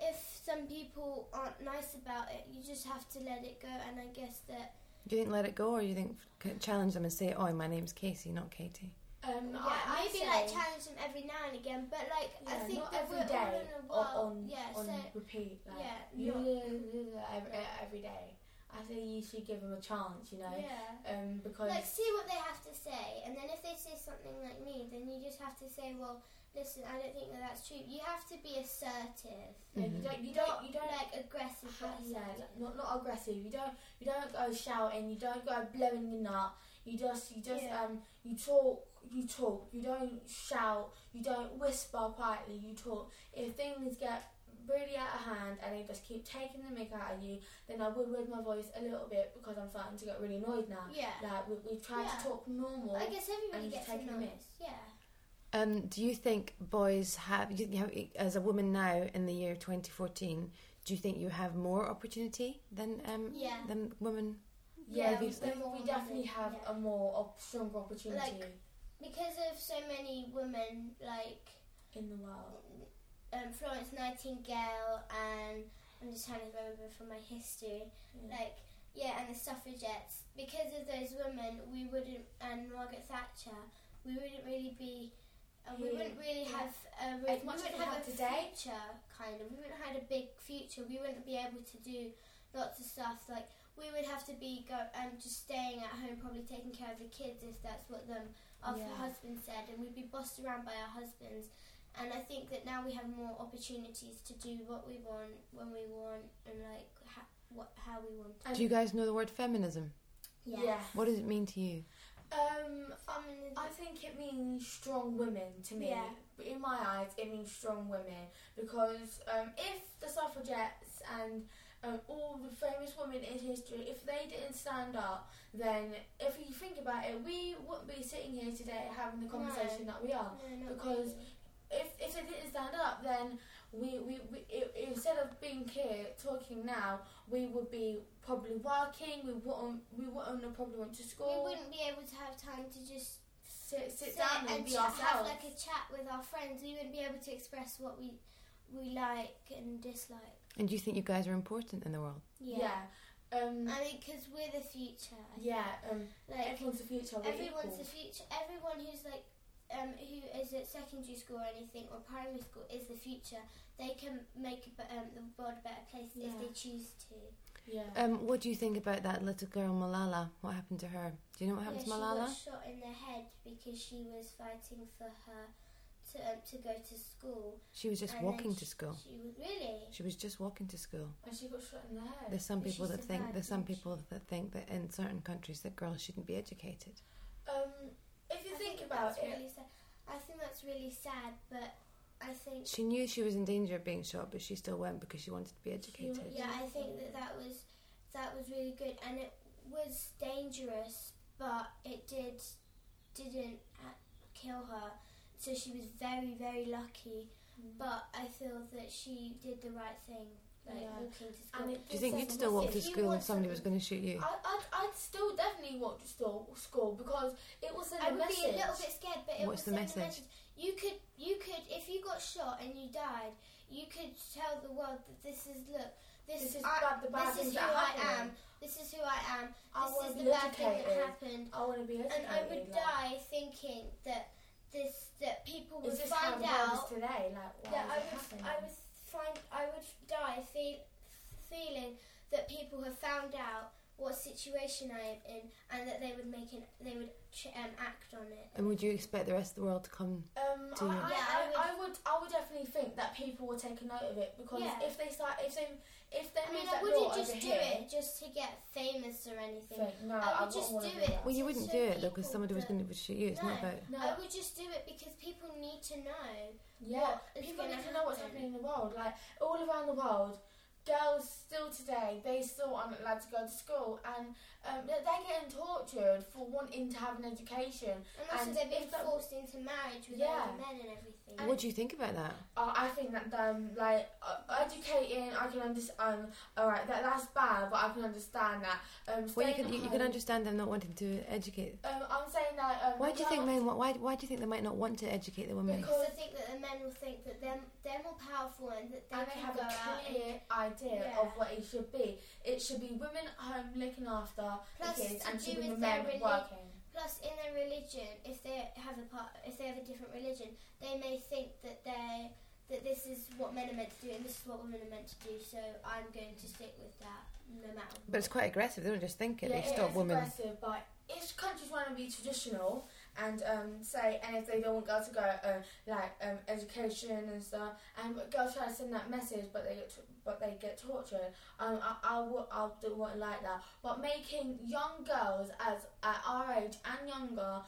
S2: if some people aren't nice about it, you just have to let it go. And I guess that
S1: Do you think let it go, or do you think c- challenge them and say, "Oh, my name's Casey, not Katie"?
S3: um,
S2: yeah,
S3: I,
S2: maybe
S3: I say,
S2: like challenge them every now and again. But like I
S3: Yeah,
S2: think
S3: not
S2: that
S3: every
S2: we're all
S3: day
S2: in a
S3: or
S2: world.
S3: on
S2: yeah,
S3: on
S2: so
S3: repeat. Like,
S2: yeah,
S3: you-
S2: not-
S3: every, e, every day. I say you should give them a chance. You know,
S2: yeah.
S3: um, because
S2: Like, see what they have to say, and then if they say something like me, then you just have to say, well, listen, I don't think that that's true. You have to be assertive.
S3: you know, you
S1: Mhm.
S3: don't you don't you don't
S2: like aggressive.
S3: Ha-
S2: but
S3: yeah,
S2: assertive.
S3: like, not not aggressive. You don't you don't go shouting. You don't go blowing your nut. You just you just
S2: Yeah.
S3: um you talk you talk. You don't shout. You don't whisper quietly. You talk. If things get really out of hand and they just keep taking the mick out of you, then I would raise my voice a little bit because I'm starting to get really annoyed now.
S2: yeah.
S3: Like we we try
S2: Yeah.
S3: to talk normal.
S2: I guess everybody
S3: and
S2: gets
S3: just taking the
S2: annoyed.
S3: miss.
S2: Yeah.
S1: Um, do you think boys have, do you have, as a woman now in the year 2014, do you think you have more opportunity than um,
S2: Yeah.
S1: than women?
S3: yeah, we,
S1: obviously.
S3: we, we definitely have
S2: Yeah.
S3: a more op- stronger opportunity
S2: Because of so many women, like
S3: in the world.
S2: um, Florence Nightingale and I'm just trying to remember from my history. Like, yeah, and the suffragettes. Because of those women, we wouldn't, and Margaret Thatcher, we wouldn't really be, uh, we
S3: Yeah.
S2: wouldn't really
S3: Yeah.
S2: have, uh, we,
S3: As
S2: we
S3: much as
S2: wouldn't
S3: we
S2: have,
S3: have
S2: a
S3: today.
S2: future, kind of. We wouldn't have had a big future. We wouldn't be able to do lots of stuff. Like, we would have to be go um, just staying at home, probably taking care of the kids if that's what them our
S3: Yeah.
S2: husband said, and we'd be bossed around by our husbands. And I think that now we have more opportunities to do what we want when we want, and like ha- what how we want.
S3: And-
S1: Do you guys know the word feminism?
S3: yeah.
S1: What does it mean to you?
S3: Um,
S2: Feminism.
S3: I think it means strong women to me.
S2: Yeah.
S3: But in my eyes, it means strong women because um, if the suffragettes and um, all the famous women in history, if they didn't stand up, then if you think about it, we wouldn't be sitting here today having the
S2: No.
S3: conversation that we are.
S2: No, not
S3: because
S2: really.
S3: If, if they didn't stand up, then we, we, we i instead of being here talking now, we would be probably working. We wouldn't we wouldn't have probably went to
S2: we
S3: school.
S2: wouldn't be able to have time to just
S3: sit, sit
S2: sit
S3: down and,
S2: and
S3: be
S2: ch-
S3: ourselves.
S2: have like a chat with our friends. We wouldn't be able to express what we we like and dislike.
S1: And do you think you guys are important in the world?
S2: Yeah,
S3: Yeah. Um,
S2: I mean, because we're the future. I think.
S3: yeah. Um,
S2: like
S3: everyone's the future. we're
S2: everyone's
S3: equal.
S2: the future. Everyone who's like, um, who is at secondary school or anything or primary school is the future. They can make a be- um, the world a better place if
S3: Yeah.
S2: they choose to.
S3: Yeah.
S1: Um, what do you think about that little girl Malala? What happened to her? Do you know what happened
S2: yeah,
S1: to Malala?
S2: She was shot in the head because she was fighting for her to um, to go to school.
S1: She was just
S2: and then
S1: walking
S2: she-
S1: to school.
S2: She was really.
S1: She was just walking to school.
S3: and she got shot in the head.
S1: There's some
S2: Uh, But
S1: people
S2: she
S1: that think
S2: survived,
S1: there's some
S2: didn't she?
S1: people that think that in certain countries that girls shouldn't be educated.
S3: um, if you
S2: I
S3: think,
S2: think
S3: about
S2: that's
S3: it,
S2: really sad. I think that's really sad, but I think
S1: She knew she was in danger of being shot, but she still went because she wanted to be educated.
S2: Yeah, I think that that was that was really good, and it was dangerous, but it did didn't uh, kill her. So she was very very lucky.
S3: Mm.
S2: But I feel that she did the right thing, like
S3: Yeah.
S2: walking to
S3: and
S2: school.
S3: it
S1: Do you
S3: did
S1: think
S3: send
S1: you'd
S3: a
S1: still walk
S3: message.
S1: to
S2: If you
S1: school
S2: want
S1: if somebody was
S2: something-
S1: going to shoot you?
S3: I, I'd, I'd still definitely walk to school, school because it was send
S2: I
S3: a
S2: would
S3: message.
S2: be a little bit scared, but it
S1: What's
S2: would
S1: the
S2: send a
S1: message?
S2: message. You could, you could, if you got shot and you died, you could tell the world that this is look, this,
S3: This is
S2: I,
S3: bad, the bad
S2: this is
S3: things
S2: who
S3: that
S2: I
S3: happen.
S2: am. This is who I am.
S3: I
S2: This
S3: want
S2: is the
S3: to be
S2: bad thing
S3: educated.
S2: that happened.
S3: I want to be educated.
S2: and I would
S3: like,
S2: die thinking that this that people would
S3: Is this how
S2: find
S3: the world is
S2: out
S3: today? Like, why
S2: that I
S3: is it
S2: would
S3: happening?
S2: I would find I would die feel, feeling that people have found out what situation I am in and that they would make an they would ch- um, act on it.
S1: And would you expect the rest of the world to come?
S3: Um,
S1: to
S3: I,
S1: you.
S3: I,
S2: Yeah,
S3: I, I,
S2: I
S3: would, I would definitely think that people will take a note of it because
S2: Yeah.
S3: if they start, if they, if they
S2: I
S3: move
S2: mean, I
S3: that
S2: wouldn't
S3: law
S2: just
S3: over
S2: do
S3: here,
S2: it just to get famous or anything.
S3: think, no,
S2: I
S3: I,
S2: would
S3: wouldn't
S2: just
S3: wanna
S2: do
S3: do
S2: it.
S3: that.
S1: Well, you wouldn't do
S2: show
S1: it though, because
S2: people
S1: somebody was
S2: that-
S1: going to shoot you. It's not
S2: No.
S1: about.
S3: No,
S2: I would just do it because people need to know.
S3: yeah,
S2: it's
S3: people
S2: gonna
S3: need to know what's
S2: happen.
S3: happening in the world. Like all around the world, girls still today they still aren't allowed to go to school, and um, they're, they're getting tortured for wanting to have an education.
S2: And also,
S3: And
S2: they've been
S3: if that-
S2: forced into marriage with
S3: Yeah.
S2: older men and everything.
S1: What do you think about that?
S3: Uh, I think that um, like uh, educating, I can understand. all right, that that's bad, but I can understand that. Um,
S1: Well, you
S3: staying
S1: can you,
S3: at
S1: you can
S3: home-
S1: understand them not wanting to educate.
S3: Um, I'm saying that. Um,
S1: Why do you think men?
S3: girls-
S1: Why why do you think they might not want to educate the women?
S2: Because I think that the men will think that they're, they're more powerful and that they
S3: and they
S2: can
S3: have
S2: go
S3: a
S2: out. And,
S3: clear idea
S2: Yeah.
S3: of what it should be. It should be women at home looking after
S2: Plus,
S3: the kids,
S2: to
S3: and
S2: do
S3: should be
S2: with
S3: the
S2: their
S3: men
S2: relig-
S3: working.
S2: plus, in their religion, if they have a part, if they have a different religion, they may think that they that this is what men are meant to do and this is what women are meant to do. So I'm going to stick with that no matter.
S1: But it's quite aggressive. They don't just think it.
S3: yeah,
S1: they stop
S3: is
S1: women.
S3: aggressive, but if countries want to be traditional and um, say, and if they don't want girls to go uh, like um, education and stuff, and but girls try to send that message, but they get t- but they get tortured. Um, I I w- I don't want like that. But making young girls as at our age and younger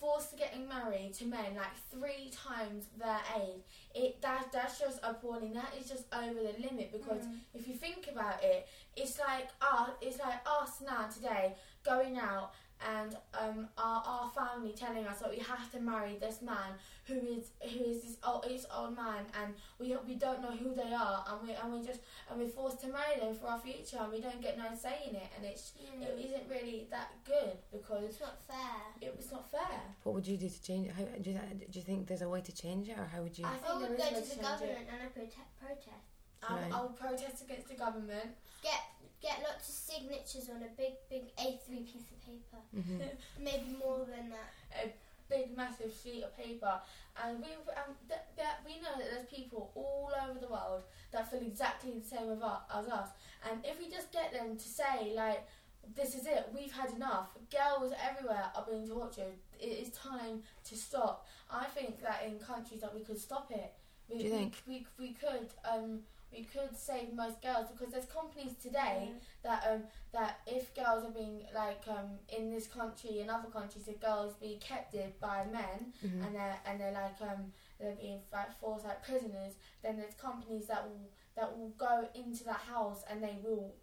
S3: forced to getting married to men like three times their age it that that's just appalling that is just over the limit because if you think about it it's like us it's like us now today going out and um, our, our family telling us that we have to marry this man who is who is this old, this old man and we we don't know who they are and we and we just and we're forced to marry them for our future and we don't get no say in it and it's it isn't really that good because
S2: Mm. It's not fair.
S3: it was not fair.
S1: What would you do to change it? How, do, you, do you think there's a way to change it, or how would you?
S3: I
S2: I
S3: think
S2: would
S3: there
S2: go
S3: is
S2: to Oh, the
S3: a way to change it.
S2: government and I prote- protest.
S1: Right.
S3: I'll, I'll protest against the government.
S2: Get get lots of signatures on a big, big A3 piece of paper.
S1: Mhm.
S2: Maybe more than that.
S3: big massive sheet of paper and we um, th- that we know that there's people all over the world that feel exactly the same of us, as us and if we just get them to say like this is it we've had enough girls everywhere are being tortured it is time to stop i think that in countries that we could stop it we,
S1: Do you
S3: we-
S1: think?
S3: we, we, could um we could save most girls because there's companies today that um that if girls are being like um in this country and other countries the girls be captive by men
S1: Mhm.
S3: and they're and they're like um they're being like forced like prisoners then there's companies that will that will go into that house and they will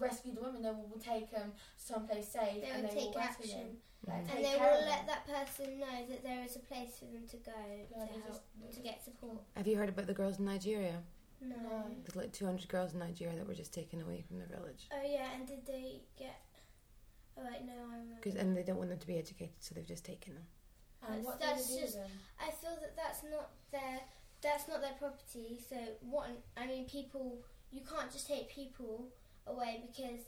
S3: rescue the women they will take them someplace safe
S2: They
S3: and
S2: will
S3: they
S2: take
S3: will rescue
S2: action.
S3: them like,
S1: Mhm.
S3: take
S2: and they
S3: care
S2: will
S3: of
S2: let
S3: them.
S2: that person know that there is a place for them to go
S3: Yeah,
S2: to,
S3: they
S2: help,
S3: just-
S2: to get support.
S1: Have you heard about the girls in Nigeria?
S2: No.
S3: No.
S1: There's like 200 girls in Nigeria that were just taken away from their village.
S2: Oh yeah, and did they get? Oh wait, no, I remember.
S1: 'Cause- and they don't want them to be educated, so they've just taken them.
S2: That's-
S3: and what
S2: that's
S3: they do
S2: just-
S3: then?
S2: I feel that that's not their that's not their property. So what? I mean, people you can't just take people away because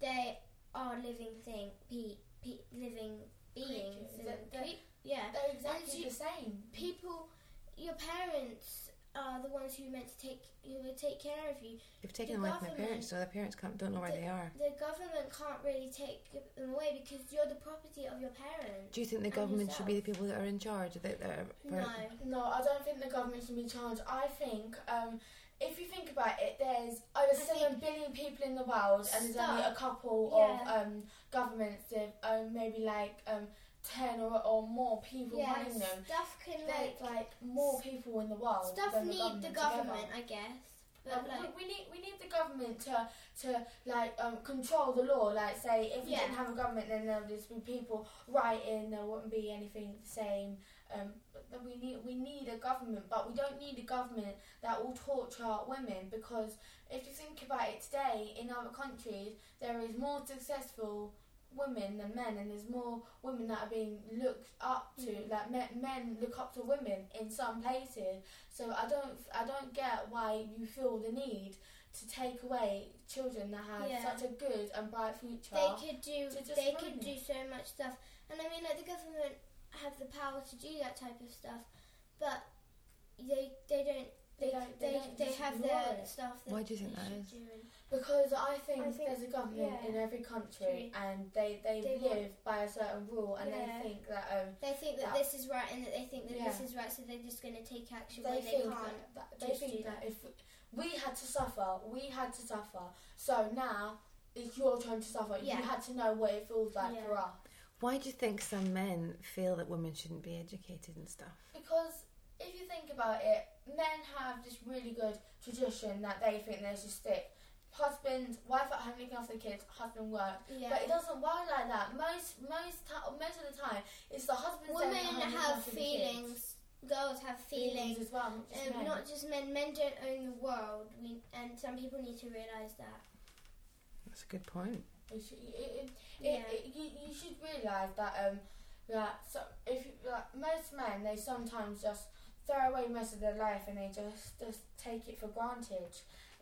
S2: they are living thing, be, be living beings.
S3: Creatures.
S2: and
S3: That- that-
S2: cre- yeah,
S3: they're exactly
S2: you-
S3: the same
S2: people. Your parents are the ones who are meant to take who will take care of you.
S1: They've taken
S2: The
S1: them away from their
S2: government-
S1: parents, so their parents can't, don't know where
S2: The-
S1: they are.
S2: The government can't really take them away because you're the property of your parents.
S1: Do you think the
S2: and
S1: government should be the people that are in charge? That, that are,
S2: No.
S3: No, I don't think the government should be charged. I think um, if you think about it, there's over
S2: I think-
S3: seven billion people in the world, and there's only a
S2: Stop.
S3: couple
S2: Yeah.
S3: of um, governments that um, maybe like um, ten or, or more people
S2: Yeah,
S3: running them.
S2: stuff can like,
S3: There's like more people in the world.
S2: stuff
S3: than the
S2: need the
S3: government
S2: government,
S3: together.
S2: I guess. But
S3: Um,
S2: like,
S3: we we need we need the government to to like um, control the law. Like say if we
S2: Yeah.
S3: didn't have a government, then there would just be people rioting. There wouldn't be anything the same. Um, but then we need we need a government, but we don't need a government that will torture women because if you think about it today in other countries, there is more successful women than men, and there's more women that are being looked up to.
S2: Mm.
S3: Like men, men look up to women in some places. So I don't, I don't get why you feel the need to take away children that have
S2: Yeah.
S3: such a good and bright future.
S2: they could do
S3: to just
S2: they
S3: run
S2: could
S3: it.
S2: do so much stuff, and I mean like the government have the power to do that type of stuff, but they they don't.
S3: They
S2: They,
S3: don't-
S2: they,
S3: they
S2: they,
S3: don't just
S2: have
S3: ignore
S2: their
S3: it.
S2: stuff that
S1: Why do you
S2: they
S1: think that
S2: should
S1: is?
S2: do and-
S3: Because I think,
S2: I think-
S3: there's a government
S2: yeah.
S3: in every country, and they they,
S2: They
S3: live
S2: want-
S3: by a certain rule, and
S2: Yeah.
S3: they think that um,
S2: They think that
S3: That-
S2: this is right and that they think that
S3: Yeah.
S2: this is right, so they're just going to take action
S3: they
S2: when they
S3: think
S2: can't.
S3: that, that- they
S2: just
S3: think
S2: do
S3: that if we had to suffer, we had to suffer. So now it's your turn to suffer.
S2: Yeah.
S3: You had to know what it feels like
S2: Yeah.
S3: for us.
S1: Why do you think some men feel that women shouldn't be educated and stuff?
S3: Because if you think about it, men have this really good tradition that they think they should stick. Husband, wife at home looking after the kids, husband works.
S2: yeah.
S3: But it doesn't work like that. Most most ti- most of the time, it's the "Oh, husband.
S2: Women
S3: staying at home looking
S2: have
S3: after the kids.
S2: feelings. Girls have feelings.
S3: as well. not just
S2: Um,
S3: men.
S2: not just men. Men don't own the world. We and some people need to realise that.
S1: That's a good point.
S3: You should, it, it,
S2: Yeah.
S3: it, it, you, you should realise that um that so if you, like most men they sometimes just throw away most of their life and they just just take it for granted,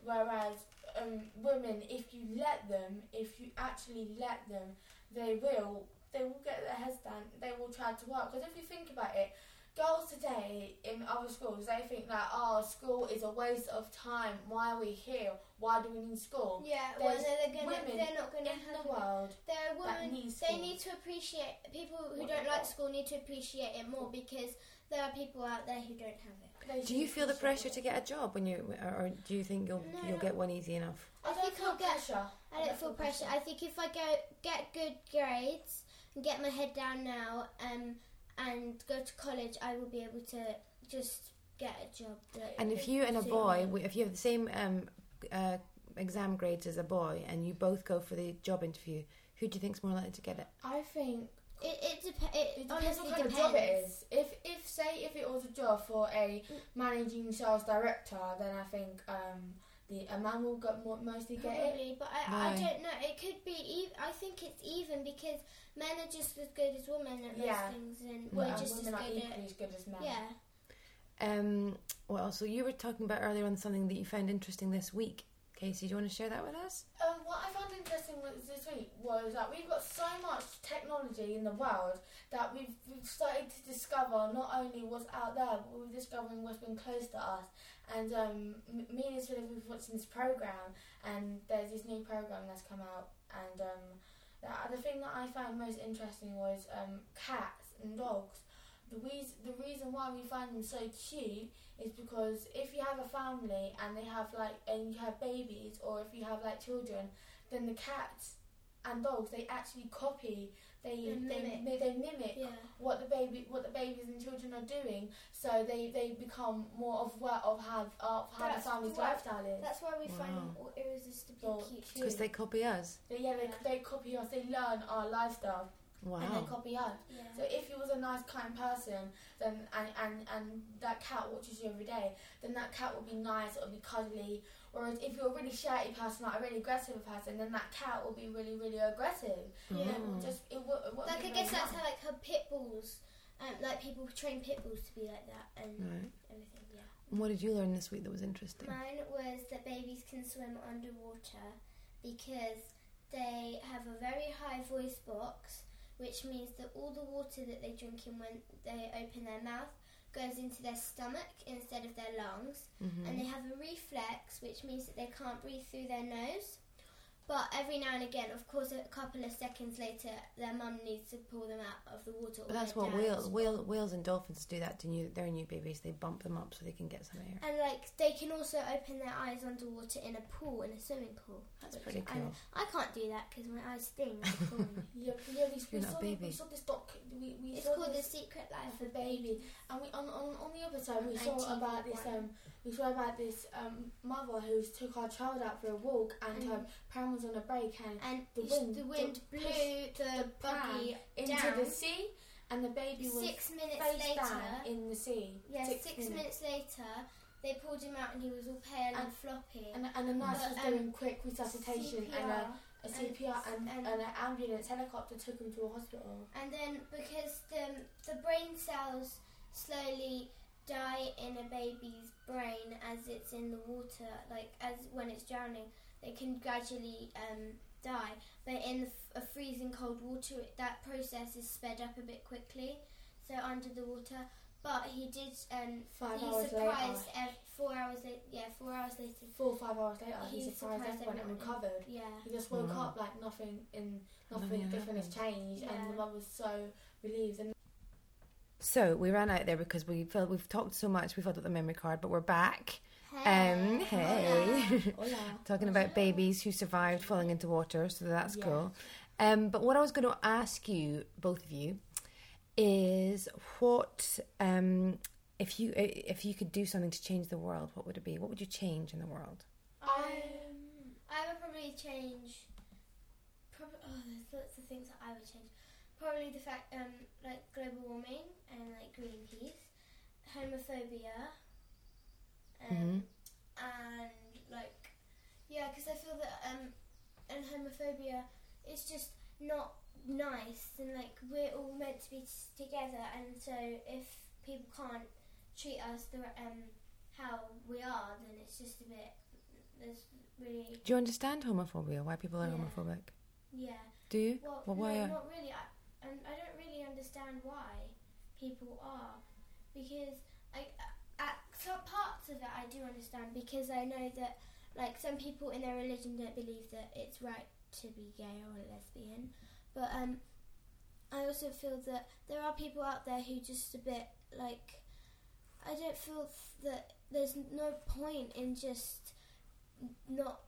S3: whereas um women if you let them if you actually let them they will they will get their heads down they will try to work because if you think about it. Girls today in other schools, they think that oh, school is a waste of time. Why are we here? Why do we need school?
S2: Yeah.
S3: There's
S2: Well, they're, gonna,
S3: women
S2: they're not
S3: In
S2: going to have.
S3: the world,
S2: They're
S3: that
S2: women.
S3: needs
S2: They
S3: school.
S2: need to appreciate people who don't
S3: What they
S2: like
S3: want.
S2: school need to appreciate it more because there are people out there who don't have it.
S3: They
S1: Do you
S3: should
S1: feel the
S3: appreciate
S1: pressure
S3: it.
S1: to get a job when you, or, or do you think you'll
S2: No,
S1: you'll
S2: no.
S1: get one easy enough?
S3: I
S2: I
S3: don't
S2: think
S3: feel
S2: I'll get-
S3: pressure.
S2: I don't feel pressure. I think if I go get good grades and get my head down now, um, and go to college, I will be able to just get a job. That
S1: And if you and a
S2: suits
S1: boy,
S2: me.
S1: we- if you have the same um, uh, exam grades as a boy, and you both go for the job interview, Who do you think's more likely to get it?
S3: I think
S2: It it, dep- it
S3: it depends
S2: honestly
S3: what kind
S2: depends.
S3: of job it is. If if say if it was a job for a managing sales director, then I think um, the a man will get more, mostly get it.
S2: Probably, but I, I
S1: Why?
S2: don't know. It could be. Ev- I think it's even because men are just as good as women at
S3: Yeah.
S2: most things, and
S1: Well,
S2: we're
S1: and
S2: just as
S3: women
S2: good
S3: are
S2: at
S3: equally as good as men.
S2: yeah.
S1: Um, what else? So you were talking about earlier on something that you found interesting this week. Casey, do you want to share that with us?
S3: Um, what I found interesting was this week was that we've got so much technology in the world that we've, we've started to discover not only what's out there, but we're discovering what's been close to us. And um, m- me and this Philip, we've watched this program, and there's this new program that's come out. And um, the other thing that I found most interesting was um, cats and dogs. The, weas the reason why we find them so cute is because if you have a family and they have like and you have babies or if you have like children, then the cats and dogs they actually copy they
S2: They mimic.
S3: They, they mimic
S2: Yeah.
S3: what the baby what the babies and children are doing, so they, they become more of aware of how of how
S2: That's
S3: the family's
S2: right.
S3: lifestyle is.
S2: That's why we find them
S1: Wow.
S2: all irresistibly
S3: Well,
S2: cute.
S1: Because they copy us.
S3: They- yeah, they,
S2: Yeah.
S3: they copy us. They learn our lifestyle and they
S1: Wow.
S3: copy us. So
S2: yeah.
S3: if you was a nice, kind person, then and, and and that cat watches you every day, then that cat will be nice. It'll be cuddly. Whereas if you're a really shouty person, like a really aggressive person, then that cat will be really, really aggressive.
S2: Yeah.
S3: It will just it will. It will
S2: Like I guess that's how like her pit bulls, um, like people train pit bulls to be like that and
S3: Hmm.
S1: Right.
S2: everything. Yeah.
S1: What did you learn this week that was interesting?
S2: Mine was that babies can swim underwater because they have a very high voice box, which means that all the water that they drink in when they open their mouth goes into their stomach instead of their lungs. and
S1: Mm-hmm.
S2: they have a reflex, which means that they can't breathe through their nose. But every now and again, of course, a couple of seconds later, their mum needs to pull them out of the water. or
S1: But that's
S2: their
S1: what
S2: dad.
S1: whales, whale, whales and dolphins do that to new, their new babies. They bump them up so they can get some air.
S2: And like they can also open their eyes underwater in a pool, in a swimming pool.
S1: That's pretty
S2: I-
S1: cool.
S2: I can't do that because my eyes sting. when they pull me.
S3: Yeah, yeah. We, we,
S1: You're not a
S3: saw, we
S1: baby.
S3: saw this doc. We, we
S2: it's
S3: saw
S2: called
S3: this
S2: the secret life
S3: for
S2: of
S3: baby.
S2: babies.
S3: And we on, on, on the other side we
S2: And
S3: saw
S2: TV
S3: about this
S2: one.
S3: um we saw about this um mother who took her child out for a walk and her
S2: Mm.
S3: pram was on a break and
S2: And
S3: The
S2: the wind,
S3: wind
S2: the wind
S3: blew
S2: blew
S3: the
S2: the buggy
S3: into
S2: down.
S3: the sea and the baby was
S2: six minutes
S3: face
S2: later.
S3: down in the sea.
S2: Yeah, six, minutes. later, they pulled him out and he was all pale and,
S3: And-
S2: floppy.
S3: And, and the nurse
S2: But,
S3: was
S2: um,
S3: doing quick resuscitation and a,
S2: CPR.
S3: a CPR and, and,
S2: and-
S3: an ambulance helicopter took him to a hospital.
S2: and then because the the brain cells slowly die in a baby's brain as it's in the water, like as when it's drowning, they can gradually um, die. But in the f- a freezing cold water, it, that process is sped up a bit quickly. So under the water, but he did. Um,
S3: Five
S2: he
S3: hours later,
S2: surprised ev- four hours later. Yeah, four hours later.
S3: four or five hours later, he,
S2: He
S3: surprised
S2: surprised
S3: everyone and
S2: everyone.
S3: recovered.
S2: Yeah.
S3: He just woke
S1: Wow.
S3: up like nothing in nothing,
S1: Nothing
S3: different has changed, and
S2: Yeah.
S3: the mum was so relieved. And
S1: So we ran out there because we felt we've talked so much. We filled up the memory card, but we're back.
S2: Oh,
S1: Um, hey.
S3: Hola.
S1: Talking about babies who survived falling into water, so that's
S3: Yeah.
S1: cool. Um, but what I was going to ask you, both of you, is what um, if you if you could do something to change the world, what would it be? What would you change in the world?
S2: I
S3: Um,
S2: I would probably change. Probably, oh, there's lots of things that I would change. Probably the fact, um, like global warming and like Greenpeace, homophobia, um, and like, yeah, because I feel that um, and homophobia is just not nice, and like we're all meant to be t- together, and so if people can't treat us the r- um how we are, then it's just a bit. There's really
S1: Do you understand homophobia? Why people are
S2: Yeah.
S1: homophobic?
S2: yeah.
S1: Do you?
S2: Well,
S1: Well, why uh,
S2: no,
S1: are-
S2: not really. I, um, I don't really understand why people are, because I at some parts of it I do understand because I know that like some people in their religion don't believe that it's right to be gay or lesbian, but um, I also feel that there are people out there who just a bit like I don't feel that there's no point in just not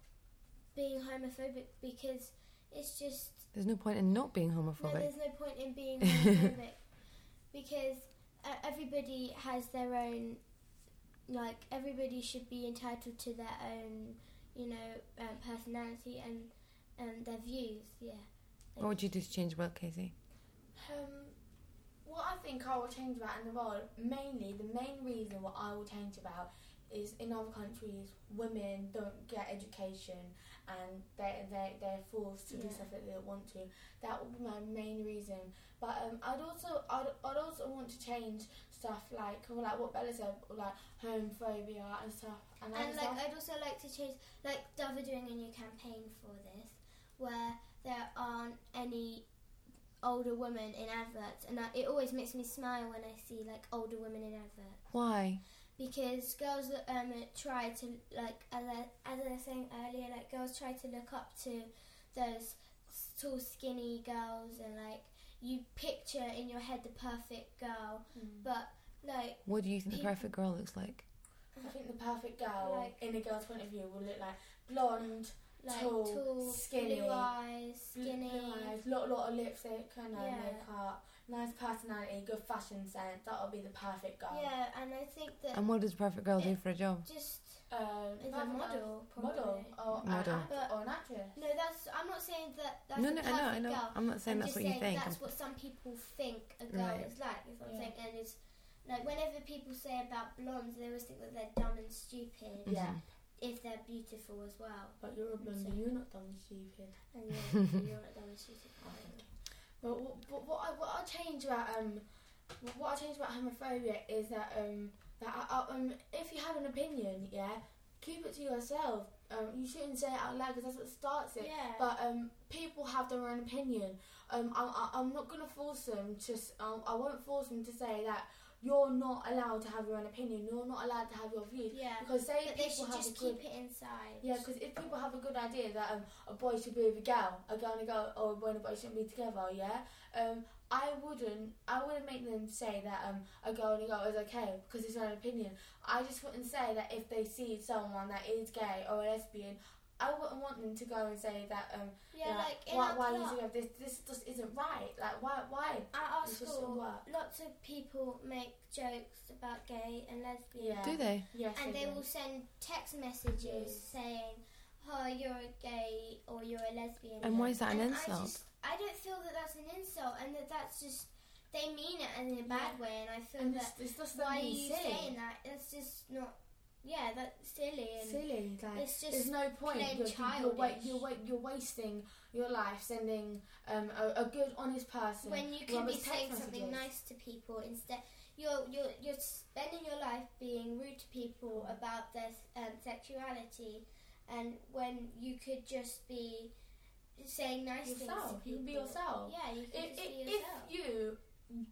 S2: being homophobic because it's just
S1: There's no point in not being
S2: no,
S1: homophobic.
S2: there's no point in being homophobic because uh, everybody has their own. Like everybody should be entitled to their own, you know, um, personality and um, their views. Yeah,
S1: What would you do to change the world, Casey?
S3: Um, what I think I will change about in the world, mainly the main reason what I will change about is in other countries, women don't get education and they they they're forced to do
S2: Yeah.
S3: stuff that they don't want to. That would be my main reason. But um, I'd also I'd, I'd also want to change stuff like well, like what Bella said, like homophobia and stuff. And,
S2: And
S3: stuff.
S2: like I'd also like to change like Dove are doing a new campaign for this where there aren't any older women in adverts and I, it always makes me smile when I see like older women in adverts
S1: Why?
S2: because girls um try to like as I, as I was saying earlier like girls try to look up to those tall skinny girls and like you picture in your head the perfect girl
S3: Mm.
S2: but like
S1: What do you think the
S2: People-
S1: perfect girl looks like?
S3: I think the perfect girl,
S2: Like-
S3: in a girl's point of view, will look like blonde,
S2: like
S3: Tall,
S2: tall,
S3: skinny,
S2: blue eyes,
S3: Blue-
S2: skinny.
S3: blue eyes, lot lot of lipstick, kind of
S2: Yeah.
S3: makeup, nice personality, good fashion sense. That'll be the perfect girl.
S2: Yeah, and I think that
S1: And what does a perfect girl do
S2: it-
S1: for a job?
S2: just
S3: Um,
S2: as a
S3: perfect
S2: model,
S3: girl,
S2: probably.
S3: model, or an
S1: Model.
S3: actor
S2: But-
S3: or an actress.
S2: No, that's. I'm not saying that. That's
S1: No,
S2: a
S1: no, I
S2: perfect
S1: know, I know.
S2: Girl.
S1: I'm not saying
S2: I'm
S1: that's
S2: just
S1: what you
S2: saying
S1: think.
S2: That's what some people think a girl
S1: Right.
S2: is like. Is what I'm
S3: Yeah.
S2: saying, and it's like whenever people say about blondes, they always think that they're dumb and stupid.
S1: Mhm.
S3: yeah.
S2: If they're beautiful as well,
S3: But you're a blonde,
S2: So-
S3: you're not dumb, stupid.
S2: and you're, you're not dumb and stupid.
S3: I think. But, wh- but what I what I change about um wh- what I change about homophobia is that um that I, I, um if you have an opinion, yeah, keep it to yourself. Um, you shouldn't say it out loud because that's what starts it.
S2: Yeah.
S3: But um, people have their own opinion. Um, I, I, I'm not gonna force them to. s- Um, I won't force them to say that you're not allowed to have your own opinion. You're not allowed to have your views
S2: yeah,
S3: because say
S2: but
S3: people
S2: they should
S3: have
S2: just
S3: a good.
S2: keep it inside.
S3: Yeah, because if people have a good idea that um, a boy should be with a girl, a girl and a girl, or a boy and a boy shouldn't be together, yeah, um, I wouldn't, I wouldn't make them say that um, a girl and a girl is okay because it's their own opinion. I just wouldn't say that if they see someone that is gay or a lesbian, I wouldn't want them to go and say that um,
S2: yeah,
S3: yeah,
S2: like in
S3: why,
S2: our
S3: why
S2: class,
S3: you together? This, this just isn't right. Like, why, why?
S2: At our
S3: It's just a
S2: school,
S3: work.
S2: lots of people make jokes about gay and lesbian.
S3: Yeah.
S1: Do they?
S3: Yes,
S2: And they
S3: do.
S2: will send text messages saying, oh, you're a gay or you're a lesbian.
S1: And why is that an
S2: And I,
S1: insult?
S2: just, I don't feel that that's an insult and that that's just, they mean it in a bad
S3: Yeah.
S2: way. And I feel
S3: And
S2: that,
S3: it's, it's just
S2: why are
S3: them
S2: you
S3: being silly.
S2: saying that? That's just not, yeah, that's silly. And
S3: Silly, like,
S2: It's just
S3: There's no
S2: plain
S3: point. You're, you're, wa-
S2: childish.
S3: you're, wa- you're wasting your life sending um, a, a good, honest person.
S2: when you
S3: Well,
S2: could be
S3: it's
S2: saying
S3: text
S2: something
S3: messages.
S2: nice to people instead you're you're you're spending your life being rude to people about their um, sexuality and when you could just be saying nice
S3: Yourself.
S2: things to
S3: You
S2: people
S3: can be yourself.
S2: yeah you can
S3: if,
S2: just be
S3: if, if
S2: yourself
S3: you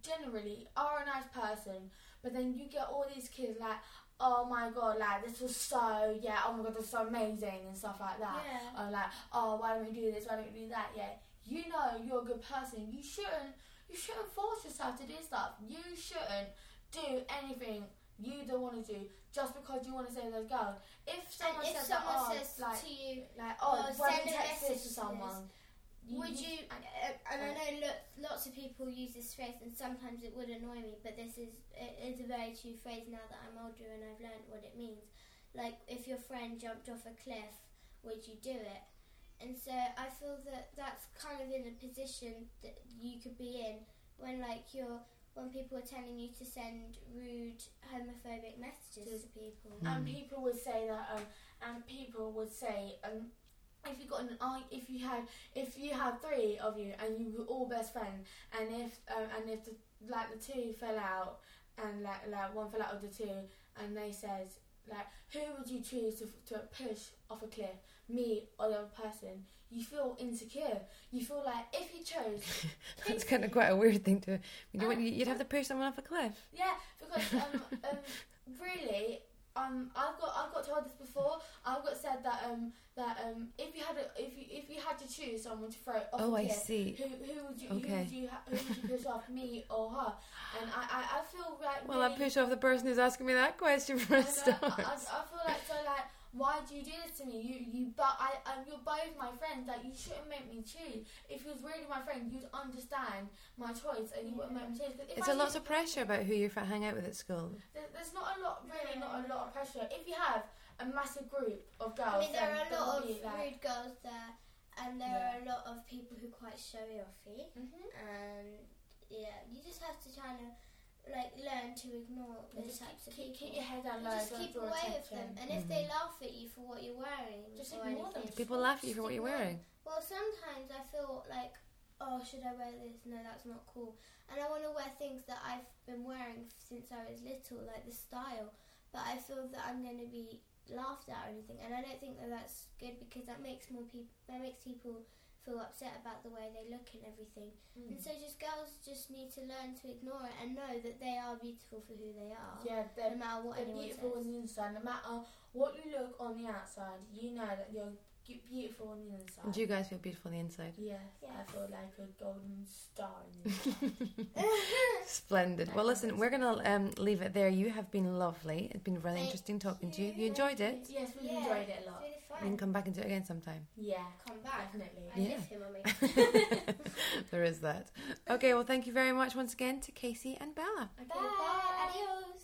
S3: generally are a nice person, but then you get all these kids like, oh my god, like this was so yeah, oh my god, this is so amazing and stuff like that.
S2: yeah
S3: Or like, oh, why don't we do this? Why don't we do that? Yeah, you know you're a good person. You shouldn't. You shouldn't force yourself to do stuff. You shouldn't do anything you don't want to do just because you want to say those girls. If someone
S2: and if
S3: says
S2: someone
S3: that, oh,
S2: says
S3: like,
S2: to you
S3: like, oh,
S2: oh,
S3: why don't
S2: send
S3: you
S2: a
S3: text this
S2: message
S3: to
S2: to
S3: someone?
S2: would you uh, and I know lo- lots of people use this phrase and sometimes it would annoy me but this is it is a very true phrase now that I'm older and I've learned what it means like if your friend jumped off a cliff would you do it and so I feel that that's kind of in a position that you could be in when like you're when people are telling you to send rude homophobic messages to people
S3: and people would say that um, and people would say um, if you got an ar- if you had if you had three of you and you were all best friends and if um, and if the, like the two fell out and like like one fell out of the two and they says like who would you choose to, to push off a cliff me or the other person you feel insecure you feel like if you chose
S1: That's kind of quite a weird thing to. You
S2: Ah,
S1: know, what, you'd have to push someone off a cliff.
S3: Yeah, because um, um, really, um, I've got I've got told this before. I've got said that um, that um, if you had a, if you if you had to choose someone to throw off
S1: Oh,
S3: a
S1: I
S3: cliff,
S1: see.
S3: who who would you who
S1: Okay.
S3: would you ha- who would you push off me or her? And I I, I feel like
S1: Well, I
S3: really,
S1: push off the person who's asking me that question for
S3: I,
S1: a
S3: know,
S1: start.
S3: I, I, I feel like so like. Why do you do this to me? You, you, but I, um, you're both my friends. Like you shouldn't make me choose. If you was really my friend, you'd understand my choice, and you wouldn't make me choose. 'Cause if
S1: It's
S3: I
S1: a
S3: choose-
S1: lot of pressure about who you fr- hang out with at school.
S3: There- There's not a lot, really, not a lot of pressure. If you have a massive group of
S2: I
S3: girls,
S2: mean, there are
S3: then
S2: a lot of
S3: there'll be, like,
S2: rude girls there, and there
S4: Yeah.
S2: are a lot of people who are quite showy offy,
S4: Mm-hmm.
S2: and Um, yeah, you just have to try to like learn to ignore
S3: Yeah,
S2: those
S3: just
S2: types of
S3: Keep, keep
S2: people.
S3: your head down
S2: And
S3: low.
S2: just
S3: don't
S2: keep
S3: draw
S2: away with
S3: attention.
S2: them, and if they laugh at you for what you're wearing,
S3: Just
S2: or
S3: ignore them.
S2: anything,
S1: People laugh at you for what you're wearing.
S2: Well, sometimes I feel like, oh, should I wear this? No, that's not cool. And I want to wear things that I've been wearing f- since I was little, like the style. But I feel that I'm going to be laughed at or anything, and I don't think that that's good because that makes more people that makes people feel upset about the way they look and everything.
S3: Mm.
S2: And so, just girls just need to learn to ignore it and know that they are beautiful for who they are,
S3: Yeah,
S2: no
S3: they're,
S2: matter what
S3: they're
S2: anyone
S3: beautiful
S2: says.
S3: on the inside. No matter what you look on the outside, you know that you're g- beautiful on the inside.
S1: Do you guys feel beautiful on the inside?
S3: Yes,
S2: Yeah.
S3: I feel like a golden star in the
S1: Splendid. Well, listen, we're going to um, leave it there. You have been lovely. It's been really
S2: Thank
S1: interesting talking to you.
S2: you.
S1: You enjoyed it?
S3: Yes, we
S2: Yeah.
S3: enjoyed it a
S2: It's
S3: lot.
S2: really
S1: You can
S2: fun.
S1: come back and do it again sometime.
S3: Yeah,
S2: Come back.
S3: definitely.
S2: I
S1: Yeah.
S2: miss him. I mean.
S1: there is that. Okay, well, thank you very much once again to Casey and Bella.
S3: Okay,
S2: Bye. Adios.